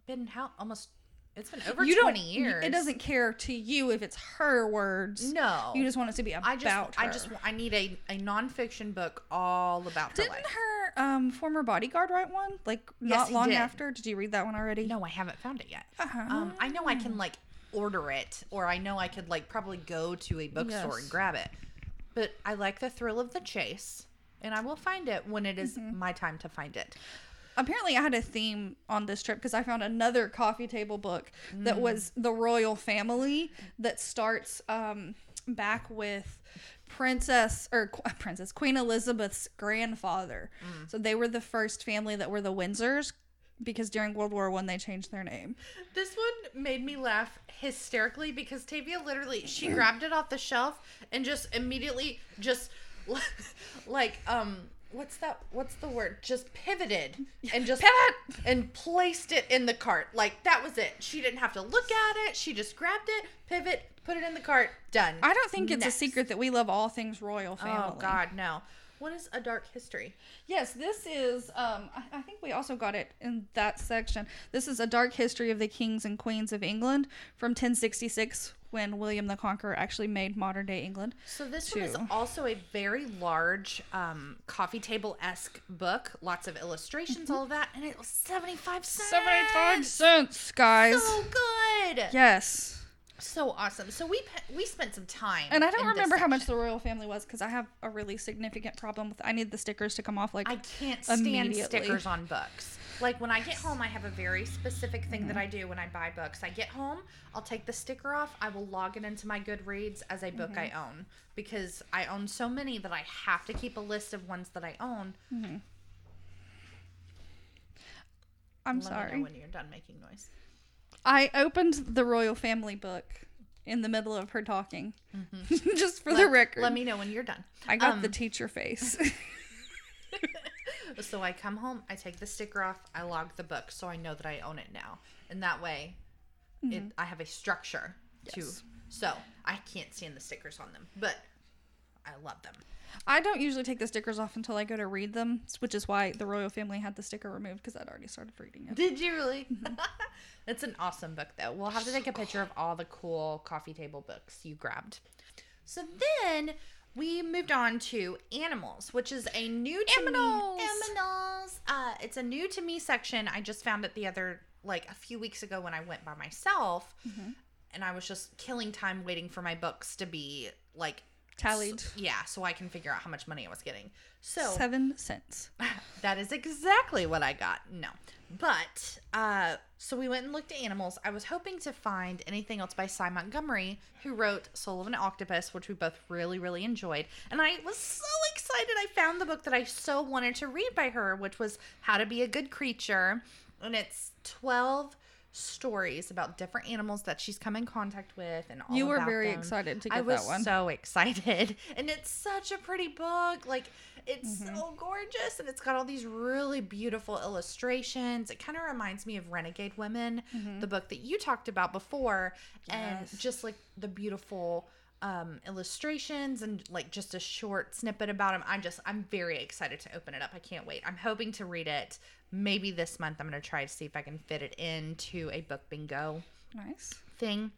S2: been how almost it's been over
S1: you
S2: 20
S1: don't,
S2: years.
S1: It doesn't care to you if it's her words.
S2: No.
S1: You just want it to be about
S2: I just I
S1: her.
S2: just I need a a nonfiction book all about her
S1: Didn't
S2: life.
S1: her um, former bodyguard write one? Like
S2: Yes,
S1: not
S2: he
S1: long
S2: did.
S1: after? Did you read that one already?
S2: No, I haven't found it yet.
S1: Uh-huh.
S2: Um, I know I can like order it, or I know I could like probably go to a bookstore
S1: Yes.
S2: and grab it. But I like the thrill of the chase, and I will find it when it is
S1: Mm-hmm.
S2: my time to find it.
S1: Apparently, I had a theme on this trip because I found another coffee table book
S2: Mm.
S1: that was the royal family that starts um, back with Princess or Qu- Princess Queen Elizabeth's grandfather.
S2: Mm.
S1: So they were the first family that were the Windsors because during World War One they changed their name.
S2: This one made me laugh hysterically because Tavia literally she grabbed it off the shelf and just immediately just like um what's that what's the word just pivoted and just pivot and placed it in the cart like that was it she didn't have to look at it she just grabbed it pivot put it in the cart done
S1: I don't think it's
S2: Next.
S1: a secret that we love all things royal family.
S2: oh god no what is a dark history
S1: Yes, this is. Um, I- I think we also got it in that section. This is a dark history of the kings and queens of England from 1066, when William the Conqueror actually made modern day England.
S2: So this one is
S1: too.
S2: also a very large um, coffee table esque book. Lots of illustrations, all of that, and it was seventy five cents.
S1: Mm-hmm. cents, guys.
S2: So good.
S1: yes,
S2: So awesome. So we pe- we spent some time,
S1: and I don't
S2: in this
S1: remember how much
S2: section.
S1: the royal family was because I have a really significant problem with. I need the stickers to come off. Like
S2: I can't stand
S1: immediately.
S2: stickers on books. Like when I get home, I have a very specific thing that I
S1: Mm-hmm.
S2: do when I buy books. I get home, I'll take the sticker off. I will log it into my Goodreads as a book I
S1: Mm-hmm.
S2: own because I own so many that I have to keep a list of ones that I own.
S1: I'm
S2: Let me
S1: sorry.
S2: know when you're done making noise.
S1: I opened the royal family book in the middle of her talking, just for the record.
S2: Mm-hmm. Let me know when you're done.
S1: I got
S2: um,
S1: the teacher face.
S2: So I come home, I take the sticker off, I log the book so I know that I own it now. And that way it, I have a structure to
S1: Mm-hmm. Yes.
S2: so I can't stand the stickers on them, but I love them.
S1: I don't usually take the stickers off until I go to read them, s- which is why the royal family had the sticker removed because I'd already started reading it.
S2: Did you really? That's an awesome book though. We'll have to take a picture of all the cool coffee table books you grabbed. So then we moved on to animals, which is a new to
S1: Aminals.
S2: me animals. Uh, it's a new to me section. I just found it the other like a few weeks ago when I went by myself, and I was just killing time waiting for my books to be like
S1: Tallied
S2: yeah, so I can figure out how much money I was getting. So
S1: seven cents.
S2: that is exactly what I got. No. But uh so we went and looked at animals. I was hoping to find anything else by Cy Montgomery, who wrote Soul of an Octopus, which we both really, really enjoyed. And I was so excited I found the book that I so wanted to read by her, which was How to Be a Good Creature. And it's twelve stories about different animals that she's come in contact with and all
S1: You were
S2: about
S1: very
S2: them.
S1: excited to
S2: I
S1: get
S2: was
S1: that one.
S2: so excited. And it's such a pretty book. Like it's so gorgeous and it's got all these really beautiful illustrations. It kind of reminds me of Renegade Women, the book that you talked about before, and just like the beautiful um, illustrations and like just a short snippet about them. I'm just I'm very excited to open it up. I can't wait. I'm hoping to read it maybe this month. I'm going to try to see if I can fit it into a book bingo
S1: Nice.
S2: thing.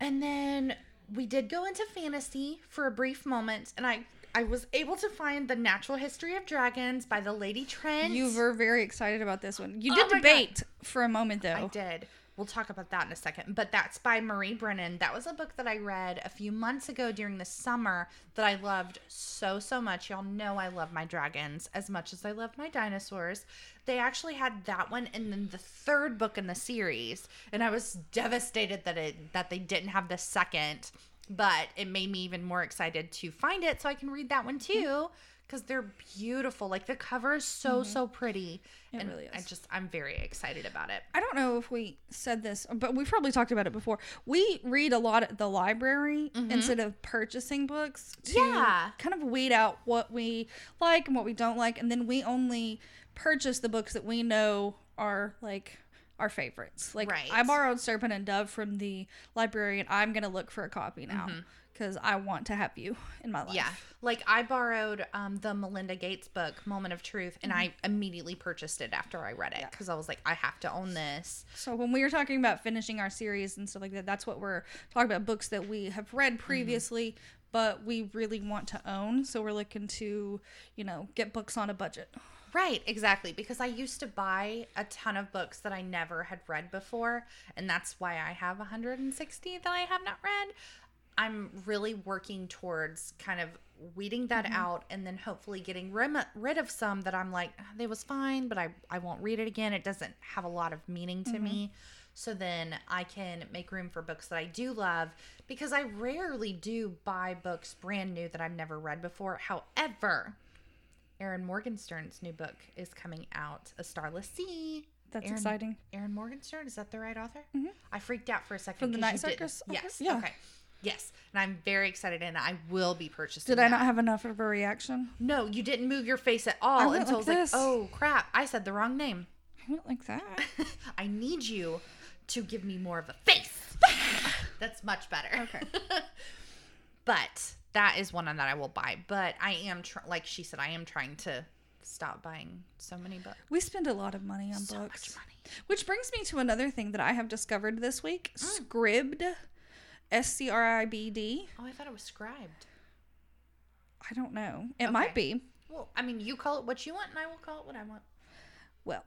S2: And then we did go into fantasy for a brief moment, and I I was able to find the Natural History of Dragons by the Lady Trent.
S1: You were very excited about this one. You
S2: Oh
S1: did
S2: my God.
S1: debate for a moment though.
S2: I did. We'll talk about that in a second. But that's by Marie Brennan. That was a book that I read a few months ago during the summer that I loved so, so much. Y'all know I love my dragons as much as I love my dinosaurs. They actually had that one and then the third book in the series. And I was devastated that it that they didn't have the second. But it made me even more excited to find it so I can read that one
S1: Mm-hmm.
S2: too. Because they're beautiful. Like the cover is so, so pretty. It and
S1: Mm-hmm. really
S2: I
S1: is.
S2: just I'm very excited about it.
S1: I don't know if we said this, but we've probably talked about it before. We read a lot at the library instead of purchasing books to
S2: Mm-hmm. Yeah.
S1: kind of weed out what we like and what we don't like. And then we only purchase the books that we know are like our favorites. Like
S2: Right.
S1: I borrowed Serpent and Dove from the librarian. I'm going to look for a copy now because I want to have you in my life.
S2: Mm-hmm. Yeah. Like I borrowed um, the Melinda Gates book, Moment of Truth, and I immediately purchased it after I read it because I was like, I have to own this.
S1: So when we were talking about finishing our series and stuff like that, that's what we're talking about books that we have read previously, but we really want to own. So we're looking to, you know, get books on a budget.
S2: Right, exactly. Because I used to buy a ton of books that I never had read before, and that's why I have 160 that I have not read. I'm really working towards kind of weeding that out and then hopefully getting rim- rid of some that I'm like, "Ah, they was fine, but I, I won't read it again. It doesn't have a lot of meaning to me. So then I can make room for books that I do love because I rarely do buy books brand new that I've never read before. However, Aaron Morgenstern's new book is coming out, A Starless Sea.
S1: That's
S2: Erin-
S1: exciting. Mm-hmm.
S2: Aaron Morgenstern, is that the right author? I freaked out for a second.
S1: From the
S2: 'cause
S1: Night
S2: you didn't.
S1: Circus author?
S2: Yes.
S1: Yeah.
S2: Okay. Yes, and I'm very excited, and I will be purchasing.
S1: Did I
S2: that.
S1: not have enough of a reaction?
S2: No, you didn't move your face at all
S1: went
S2: until
S1: like
S2: I was
S1: this.
S2: like, "Oh crap! I said the wrong name.
S1: I went like that.
S2: I need you to give me more of a face. That's much better."
S1: Okay.
S2: but that is one that I will buy. But I am tr- like she said, I am trying to stop buying so many books.
S1: We spend a lot of money on
S2: So
S1: books.
S2: much money.
S1: Which brings me to another thing that I have discovered this week Scribd, S C R I B D.
S2: Oh, I thought it was scribed.
S1: I don't know. It might be.
S2: Well, I mean, you call it what you want, and I will call it what I want.
S1: Well,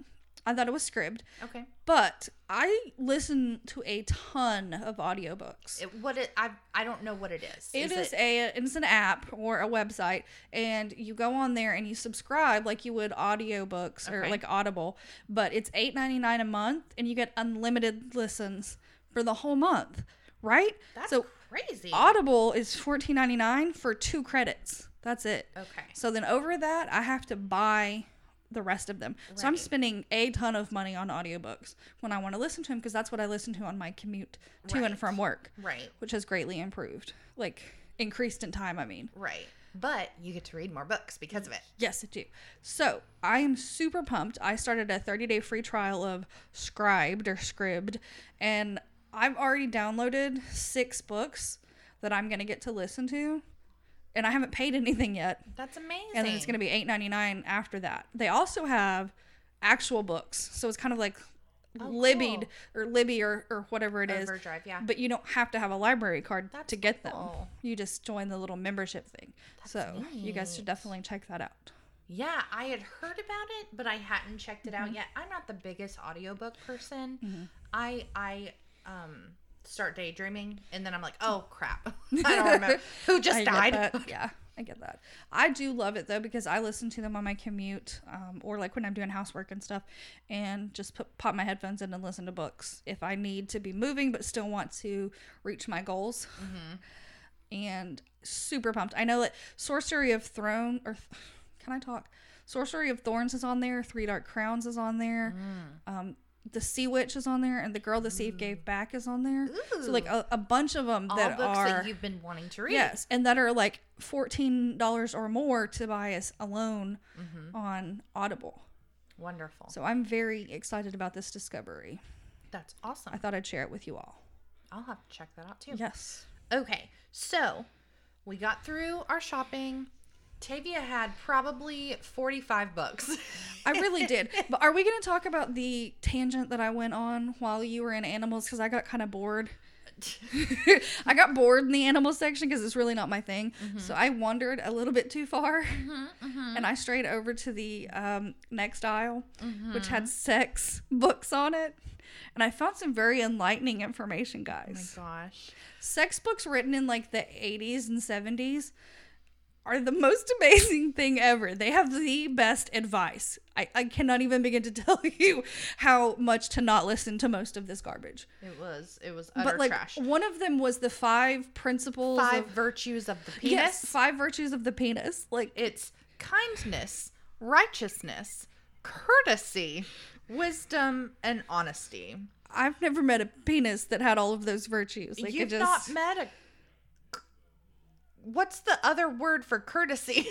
S1: I thought it was Scribd,
S2: Okay.
S1: but I listen to a ton of audiobooks.
S2: It, what it, I I don't know what it is.
S1: It
S2: Is
S1: is a it's an app or a website and you go on there and you subscribe like you would audiobooks or
S2: Okay.
S1: like Audible, but it's 8.99 a month and you get unlimited listens for the whole month, right?
S2: That's
S1: so
S2: crazy.
S1: Audible is 14.99 for two credits. That's it.
S2: okay.
S1: So then over that, I have to buy the rest of them. So I'm
S2: Right.
S1: spending a ton of money on audiobooks when I want to listen to them because that's what I listen to on my commute to
S2: Right.
S1: and from work,
S2: Right.
S1: which has greatly improved. Like increased in time, I mean.
S2: Right. But you get to read more books because of it.
S1: Yes, I do. So I am super pumped. I started a 30 day free trial of Scribed or Scribd, and I've already downloaded six books that I'm going to get to listen to, and I haven't paid anything yet.
S2: That's amazing.
S1: And then it's going to be eight ninety nine after that. They also have actual books, so it's kind of like Libby'd
S2: Oh, cool.
S1: or Libby or, or whatever it is.
S2: Overdrive, yeah.
S1: But you don't have to have a library card
S2: That's
S1: to get them.
S2: cool.
S1: You just join the little membership thing. so you guys should definitely check that out.
S2: Yeah, I had heard about it, but I hadn't checked it out
S1: Mm-hmm.
S2: yet. I'm not the biggest audiobook person. I I um start daydreaming and then I'm like, "Oh crap. I don't remember who just
S1: I get
S2: died."
S1: that. Yeah, I get that. I do love it though because I listen to them on my commute um, or like when I'm doing housework and stuff, and just put, pop my headphones in and listen to books if I need to be moving but still want to reach my goals.
S2: Mm-hmm.
S1: And super pumped. I know that Sorcery of Throne or can I talk? Sorcery of Thorns is on there. Three Dark Crowns is on there.
S2: Mm.
S1: Um, the Sea Witch is on there, and the Girl the Sea Gave Back is on there. So like a, a bunch of them
S2: All
S1: that
S2: books
S1: are
S2: that you've been wanting to read.
S1: Yes, and that are like fourteen dollars or more to buy us alone on Audible.
S2: Wonderful.
S1: So I'm very excited about this discovery.
S2: That's awesome.
S1: I thought I'd share it with you all.
S2: I'll have to check that out too.
S1: Yes.
S2: Okay, so we got through our shopping. Tavia had probably 45 books.
S1: I really did. But are we going to talk about the tangent that I went on while you were in animals? Because I got kind of bored. I got bored in the animal section because it's really not my thing. So I wandered a little bit too far and I strayed over to the um, next aisle, which had sex books on it. And I found some very enlightening information, guys.
S2: gosh.
S1: Sex books written in like the 80s and 70s are the most amazing thing ever. They have the best advice. I, I cannot even begin to tell you how much to not listen to most of this garbage.
S2: It was it was utter
S1: but like
S2: trash.
S1: one of them was the five principles
S2: Five
S1: of
S2: virtues of the penis.
S1: yes, five virtues of the penis. Like
S2: It's kindness, righteousness, courtesy, wisdom, and honesty.
S1: I've never met a penis that had all of those virtues. Like
S2: You've
S1: it
S2: not
S1: just
S2: met a What's the other word for courtesy?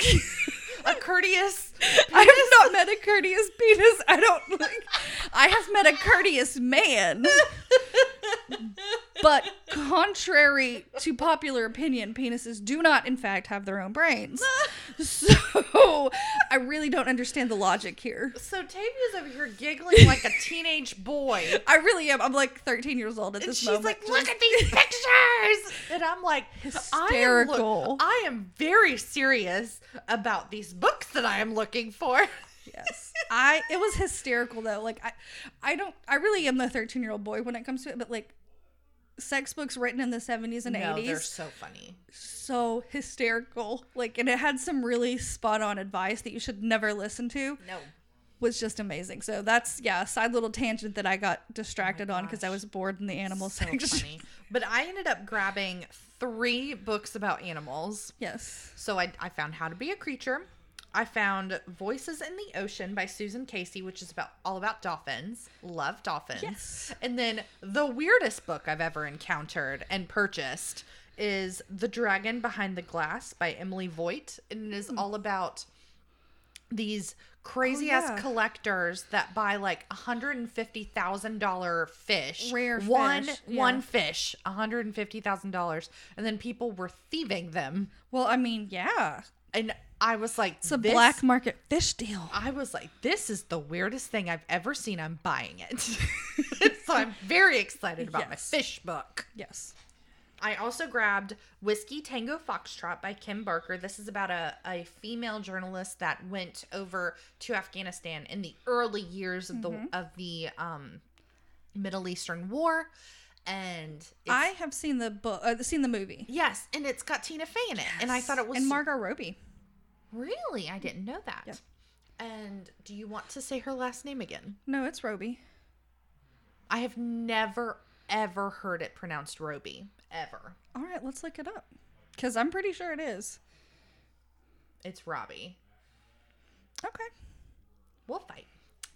S2: a courteous
S1: I have not met a courteous penis. I don't like I have met a courteous man. but contrary to popular opinion, penises do not, in fact, have their own brains. so I really don't understand the logic here.
S2: So Tavia's over here giggling like a teenage boy.
S1: I really am. I'm like 13 years old at
S2: And
S1: this
S2: she's
S1: moment.
S2: like,
S1: just-
S2: look at these pictures. And I'm like, I am,
S1: Hysterical.
S2: look- I am very serious about these books that I am looking for.
S1: Yes. I it was hysterical though. Like I I don't I really am the 13-year-old boy when it comes to it, but like sex books written in the 70s and
S2: No, they're
S1: 80s
S2: so funny.
S1: so hysterical. Like and it had some really spot on advice that you should never listen to.
S2: No.
S1: Was just amazing. So that's yeah, a side little tangent that I got distracted on because I was bored in the animal
S2: Oh So
S1: section.
S2: funny. But I ended up grabbing three books about animals.
S1: Yes.
S2: So I, I found How to Be a Creature. I found Voices in the Ocean by Susan Casey, which is about all about dolphins. Love dolphins.
S1: Yes.
S2: And then the weirdest book I've ever encountered and purchased is The Dragon Behind the Glass by Emily Voigt. And it is
S1: Hmm.
S2: all about these crazy
S1: Oh, yeah.
S2: ass collectors that buy like $150,000 fish.
S1: Rare
S2: one
S1: fish, yeah.
S2: one fish, $150,000 and then people were thieving them
S1: Well, I mean, yeah.
S2: and I was like,
S1: It's a
S2: this-
S1: black market fish deal.
S2: I was like, this is the weirdest thing I've ever seen. I'm buying it, so I'm very excited about my
S1: Yes.
S2: fish book.
S1: Yes.
S2: I also grabbed Whiskey Tango Foxtrot by Kim Barker. This is about a, a female journalist that went over to Afghanistan in the early years of the
S1: Mm-hmm.
S2: of the um, Middle Eastern War, and it's,
S1: I have seen the book uh, seen the movie.
S2: yes, and it's got Tina Fey in it, and I thought it was
S1: and Margot Robbie.
S2: Really?
S1: Mm.
S2: I didn't know that.
S1: Yep.
S2: And do you want to say her last name again?
S1: No, it's Roby.
S2: I have never, ever heard it pronounced Roby. Ever.
S1: All right, let's look it up. Because I'm pretty sure it is.
S2: It's Robbie.
S1: Okay.
S2: We'll fight.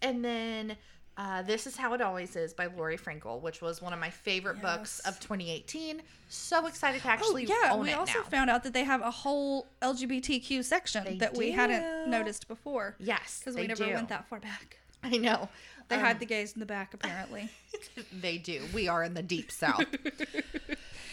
S2: And then uh, This Is How It Always Is by Lori Frankel, which was one of my favorite books
S1: Yes.
S2: of 2018. So excited to
S1: Oh,
S2: actually
S1: yeah.
S2: own
S1: We
S2: it
S1: also
S2: now.
S1: found out that they have a whole LGBTQ section
S2: They
S1: that we hadn't
S2: do.
S1: noticed before.
S2: yes.
S1: Because we
S2: they
S1: never
S2: do.
S1: went that far back.
S2: I know.
S1: They
S2: Um,
S1: had the gays in the back, apparently.
S2: they do. We are in the deep south.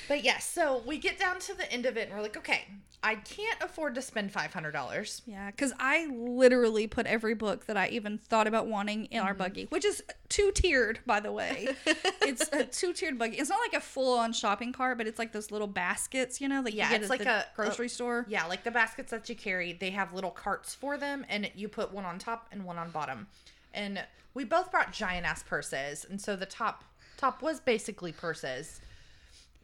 S2: but yes, so we get down to the end of it and we're like, okay, I can't afford to spend $500.
S1: yeah. Because I literally put every book that I even thought about wanting in our
S2: Mm-hmm.
S1: buggy, which is two tiered, by the way. it's a two tiered buggy. It's not like a full on shopping cart, but it's like those little baskets, you know, that
S2: Yeah,
S1: you get
S2: it's
S1: at
S2: like
S1: the
S2: a- a-
S1: grocery store.
S2: Yeah, like the baskets that you carry, they have little carts for them and you put one on top and one on bottom. And we both brought giant ass purses, and so the top top was basically purses.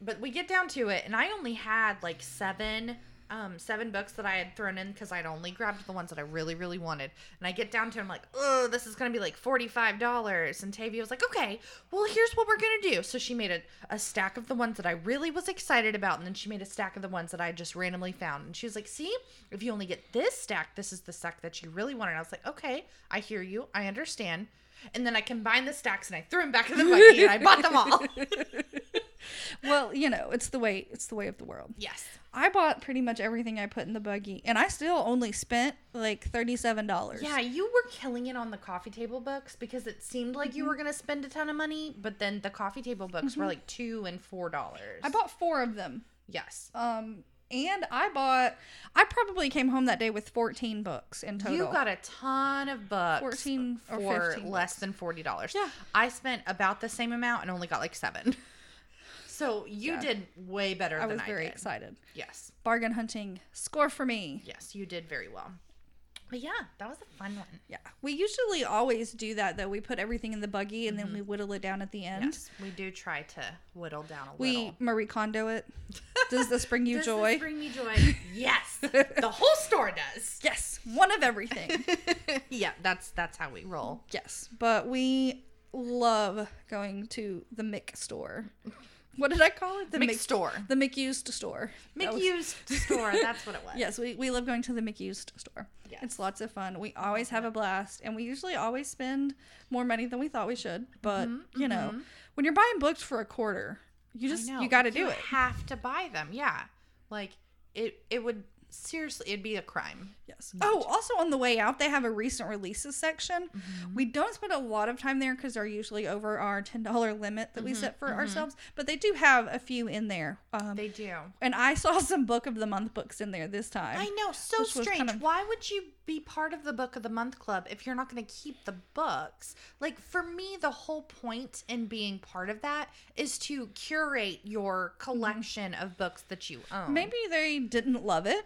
S2: But we get down to it and I only had like 7 um, seven books that I had thrown in because I'd only grabbed the ones that I really, really wanted. And I get down to it, I'm like, oh, this is going to be like $45. And Tavia was like, okay, well, here's what we're going to do. So she made a, a stack of the ones that I really was excited about. And then she made a stack of the ones that I just randomly found. And she was like, see, if you only get this stack, this is the stack that you really wanted. I was like, okay, I hear you. I understand. And then I combined the stacks and I threw them back in the buggy and I bought them all.
S1: Well, you know, it's the way it's the way of the world.
S2: Yes.
S1: I bought pretty much everything I put in the buggy, and I still only spent like thirty-seven dollars.
S2: Yeah, you were killing it on the coffee table books because it seemed like
S1: Mm-hmm.
S2: you were going to spend a ton of money, but then the coffee table books were like 2 and 4 dollars.
S1: I bought four of them.
S2: Yes.
S1: Um, and I bought. I probably came home that day with fourteen books in total.
S2: You got a ton of books
S1: 14 or
S2: for
S1: 15
S2: less than $40.
S1: Yeah.
S2: I spent about the same amount and only got like 7. So you
S1: Yeah.
S2: did way better
S1: I
S2: than
S1: was
S2: I
S1: very
S2: did.
S1: excited.
S2: Yes.
S1: Bargain hunting score for me.
S2: Yes, you did very well. But yeah, that was a fun one.
S1: Yeah, we usually always do that though. We put everything in the buggy and then we whittle it down at the end.
S2: Mm-hmm. Yes, we do try to whittle down a
S1: We
S2: little.
S1: Marie Kondo it. Does this bring you
S2: Does this
S1: joy?
S2: bring me joy? yes. The whole store does.
S1: yes, one of everything.
S2: yeah, that's that's how we roll.
S1: Yes, but we love going to the Mick store. What did I call it? The
S2: Mick store.
S1: The McUsed store. That was-
S2: Misused store, that's what it was.
S1: Yes, we, we love going to the McUsed store.
S2: Yes.
S1: It's lots of fun. We always have a blast, and we usually always spend more money than we thought we should. But you know, when you're buying books for a quarter, you just
S2: Mm-hmm, I know.
S1: you got to do it.
S2: Have to buy them, yeah. Like it, it would seriously, it'd be a crime
S1: Yes. Oh, also on the way out, they have a recent releases section.
S2: Mm-hmm.
S1: We don't spend a lot of time there because they're usually over our ten dollar limit that we
S2: Mm-hmm.
S1: set for ourselves. But they do have a few in there. Um,
S2: They do.
S1: and I saw some book of the month books in there this time.
S2: I know, so
S1: Which was
S2: strange.
S1: kind of-
S2: Why would you be part of the book of the month club if you're not going to keep the books? Like for me, the whole point in being part of that is to curate your collection of books that you own.
S1: Mm-hmm. Maybe they didn't love it.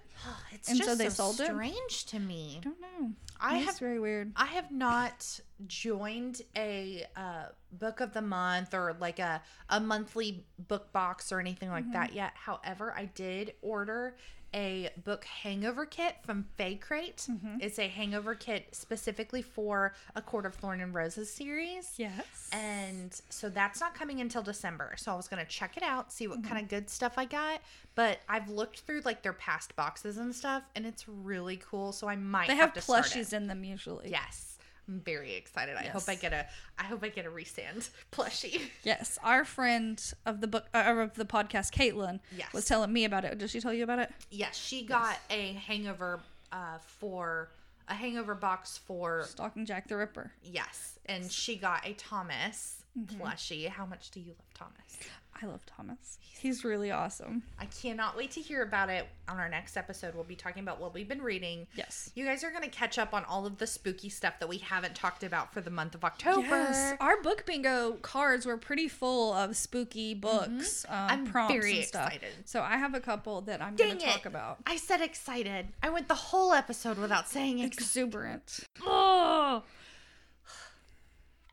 S2: it's
S1: and
S2: just
S1: so they
S2: so
S1: sold it?
S2: strange to me.
S1: I don't know.
S2: I
S1: It's
S2: have
S1: very weird.
S2: I have not joined a uh, book of the month or like a, a monthly book box or anything like that
S1: Mm-hmm.
S2: yet. However, I did order a book hangover kit from Fay Crate.
S1: Mm-hmm.
S2: It's a hangover kit specifically for a Court of Thorn and Roses series.
S1: Yes.
S2: And so that's not coming until December. So I was going to check it out, see
S1: Mm-hmm.
S2: what kind of good stuff I got. But I've looked through like their past boxes and stuff, and it's really cool. So I might
S1: They have
S2: to start it.
S1: plushies in them usually.
S2: Yes. I'm very excited. I hope I
S1: Yes.
S2: get a I hope I get a resand plushie.
S1: Yes. Our friend of the book uh, of the podcast, Caitlin,
S2: Yes.
S1: was telling me about it. Did she tell you about it?
S2: yes, she got a hangover uh for a hangover box for
S1: Stalking Jack the Ripper.
S2: yes, Mm-hmm. and she got a Thomas plushie. How much do you love Thomas?
S1: I love Thomas. He's really awesome.
S2: I cannot wait to hear about it on our next episode. We'll be talking about what we've been reading.
S1: Yes.
S2: You guys are going to catch up on all of the spooky stuff that we haven't talked about for the month of October.
S1: Yes, our book bingo cards were pretty full of spooky books, um,
S2: Mm-hmm. I'm
S1: prompts
S2: very
S1: and stuff.
S2: excited.
S1: So I have a couple that I'm
S2: Dang
S1: going
S2: it.
S1: to talk about.
S2: I said excited. I went the whole episode without saying excited.
S1: Exuberant.
S2: Oh.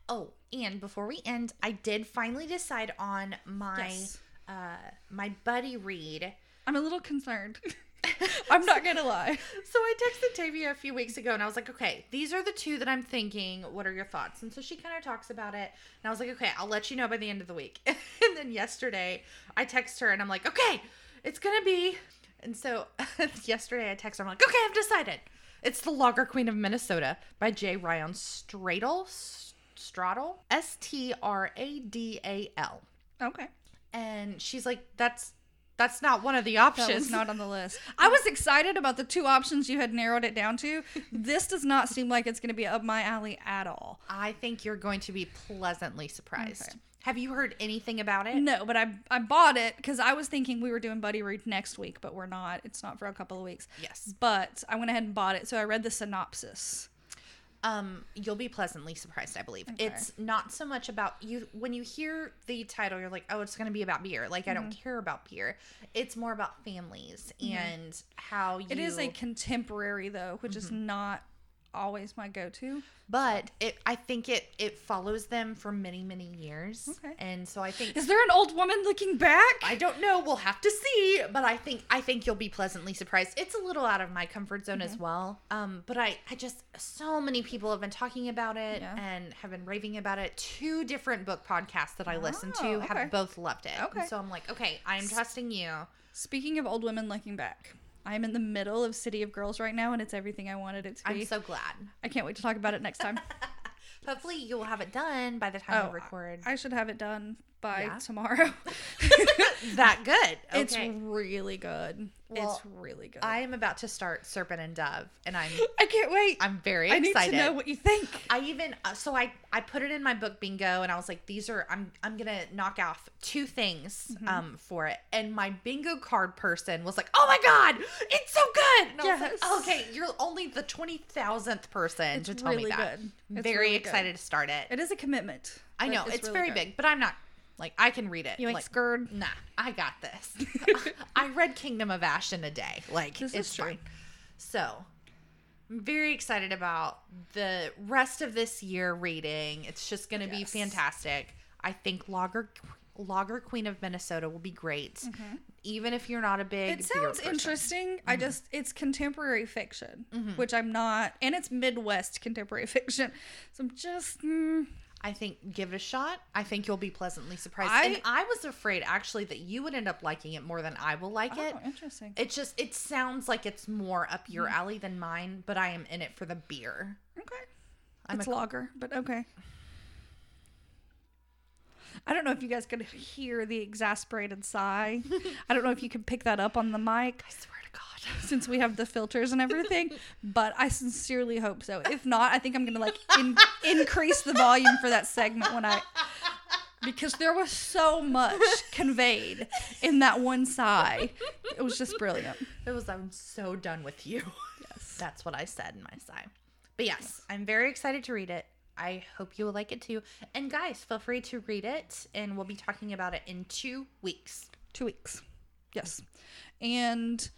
S2: Oh, and before we end, I did finally decide on my
S1: Yes.
S2: uh my buddy read.
S1: I'm a little concerned. I'm not going to lie.
S2: So I texted Tavia a few weeks ago and I was like, okay, these are the two that I'm thinking. What are your thoughts? And so she kind of talks about it. And I was like, okay, I'll let you know by the end of the week. and then yesterday I text her and I'm like, okay, it's going to be. And so yesterday I text her, I'm like, okay, I've decided. It's The Logger Queen of Minnesota by J. Ryan Stradle. Straddle? S T R A D A L.
S1: Okay.
S2: And she's like, that's. That's not one of the options.
S1: That was not on the list. I was excited about the two options you had narrowed it down to. This does not seem like it's going to be up my alley at all.
S2: I think you're going to be pleasantly surprised.
S1: Okay.
S2: Have you heard anything about it?
S1: No, but I I bought it because I was thinking we were doing Buddy Read next week, but we're not. It's not for a couple of weeks.
S2: Yes.
S1: But I went ahead and bought it, so I read the synopsis.
S2: Um, you'll be pleasantly surprised, I believe. It's not so much about you when you hear the title, you're like, Oh, it's gonna be about beer. Like I don't
S1: Mm-hmm.
S2: care about beer. It's more about families and how you
S1: It is a contemporary though, which is
S2: Mm-hmm.
S1: not always my go-to.
S2: but it I think it it follows them for many, many years.
S1: Okay.
S2: And so I think
S1: Is there an old woman looking back?
S2: I don't know. We'll have to see. But I think I think you'll be pleasantly surprised. It's a little out of my comfort zone as well. Um, but I I just so many people have been talking about it
S1: Yeah.
S2: and have been raving about it. Two different book podcasts that I listen to
S1: Oh, okay.
S2: have both loved it.
S1: Okay.
S2: And so I'm like, okay, I'm trusting you.
S1: Speaking of old women looking back, I'm in the middle of City of Girls right now, and it's everything I wanted it to be.
S2: I'm so glad.
S1: I can't wait to talk about it next time. Oh,
S2: Hopefully you will have it done by the time we record.
S1: I should have it done by
S2: Yeah.
S1: tomorrow.
S2: that good.
S1: It's
S2: Okay.
S1: really good.
S2: Well,
S1: it's really good.
S2: I am about to start Serpent and Dove, and I'm
S1: I can't wait.
S2: I'm very
S1: I need
S2: excited.
S1: to know what you think.
S2: I even uh, so I I put it in my book bingo and I was like these are I'm I'm gonna knock off two things
S1: Mm-hmm.
S2: um for it and my bingo card person was like oh my god it's so good and I was
S1: Yes.
S2: like okay you're only the twenty thousandth person to tell
S1: really
S2: me that
S1: good. It's
S2: very
S1: really good.
S2: excited to start it,
S1: It is a commitment.
S2: I
S1: but
S2: know it's,
S1: really
S2: very
S1: good.
S2: big but I'm not like I can read it
S1: You ain't
S2: like
S1: scared.
S2: nah I got this I read Kingdom of Ash in a day like
S1: This is
S2: it's
S1: true.
S2: fine so I'm very excited about the rest of this year reading. It's just going to
S1: Yes.
S2: be fantastic. I think Logger Logger Queen of Minnesota will be great, even if you're not a big.
S1: Mm-hmm. It
S2: beer
S1: sounds
S2: person.
S1: interesting.
S2: Mm-hmm.
S1: I just it's contemporary fiction, which I'm not, and it's Midwest contemporary fiction. So I'm just mm,
S2: I think give it a shot. I think you'll be pleasantly surprised.
S1: I-
S2: and I was afraid actually that you would end up liking it more than I will like it.
S1: oh, interesting.
S2: It just it sounds like it's more up your alley than mine, but I am in it for the beer.
S1: okay,
S2: I'm
S1: it's
S2: a-
S1: lager, but okay. I don't know if you guys could hear the exasperated sigh. I don't know if you could pick that up on the mic
S2: I swear to God.
S1: since we have the filters and everything, but I sincerely hope so. If not, I think I'm going to like in- increase the volume for that segment when I because there was so much conveyed in that one sigh. It was just brilliant.
S2: It was, I'm so done with you. Yes. That's what I said in my sigh. But yes, I'm very excited to read it. I hope you will like it too. And guys, feel free to read it, and we'll be talking about it in two weeks.
S1: two weeks. Yes. And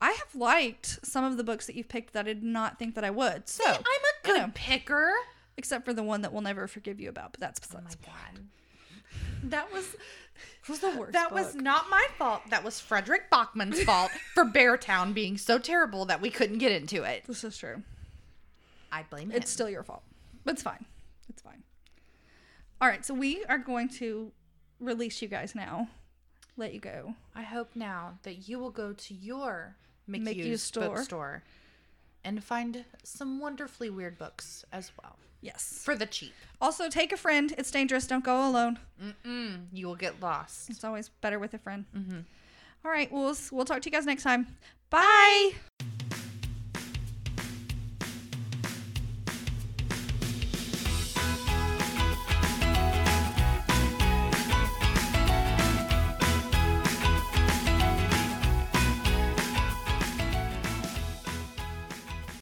S1: I have liked some of the books that you've picked that I did not think that I would. So,
S2: I'm a good
S1: you know,
S2: picker.
S1: except for the one that we'll never forgive you about, but that's
S2: Oh my
S1: besides.
S2: God. That was
S1: It was the worst.
S2: that was not my fault. That was Frederick Bachman's fault for Beartown being so terrible that we couldn't get into it.
S1: This is true.
S2: I blame him.
S1: It's still your fault. But it's fine. It's fine. All right. So, we are going to release you guys now. Let you go.
S2: I hope now that you will go to your McHugh's,
S1: McHugh's store.
S2: bookstore and find some wonderfully weird books as well
S1: Yes.
S2: for the cheap.
S1: Also, take a friend. It's dangerous. Don't go alone.
S2: Mm, you will get lost.
S1: It's always better with a friend. All right. We'll, we'll talk to you guys next time. Bye.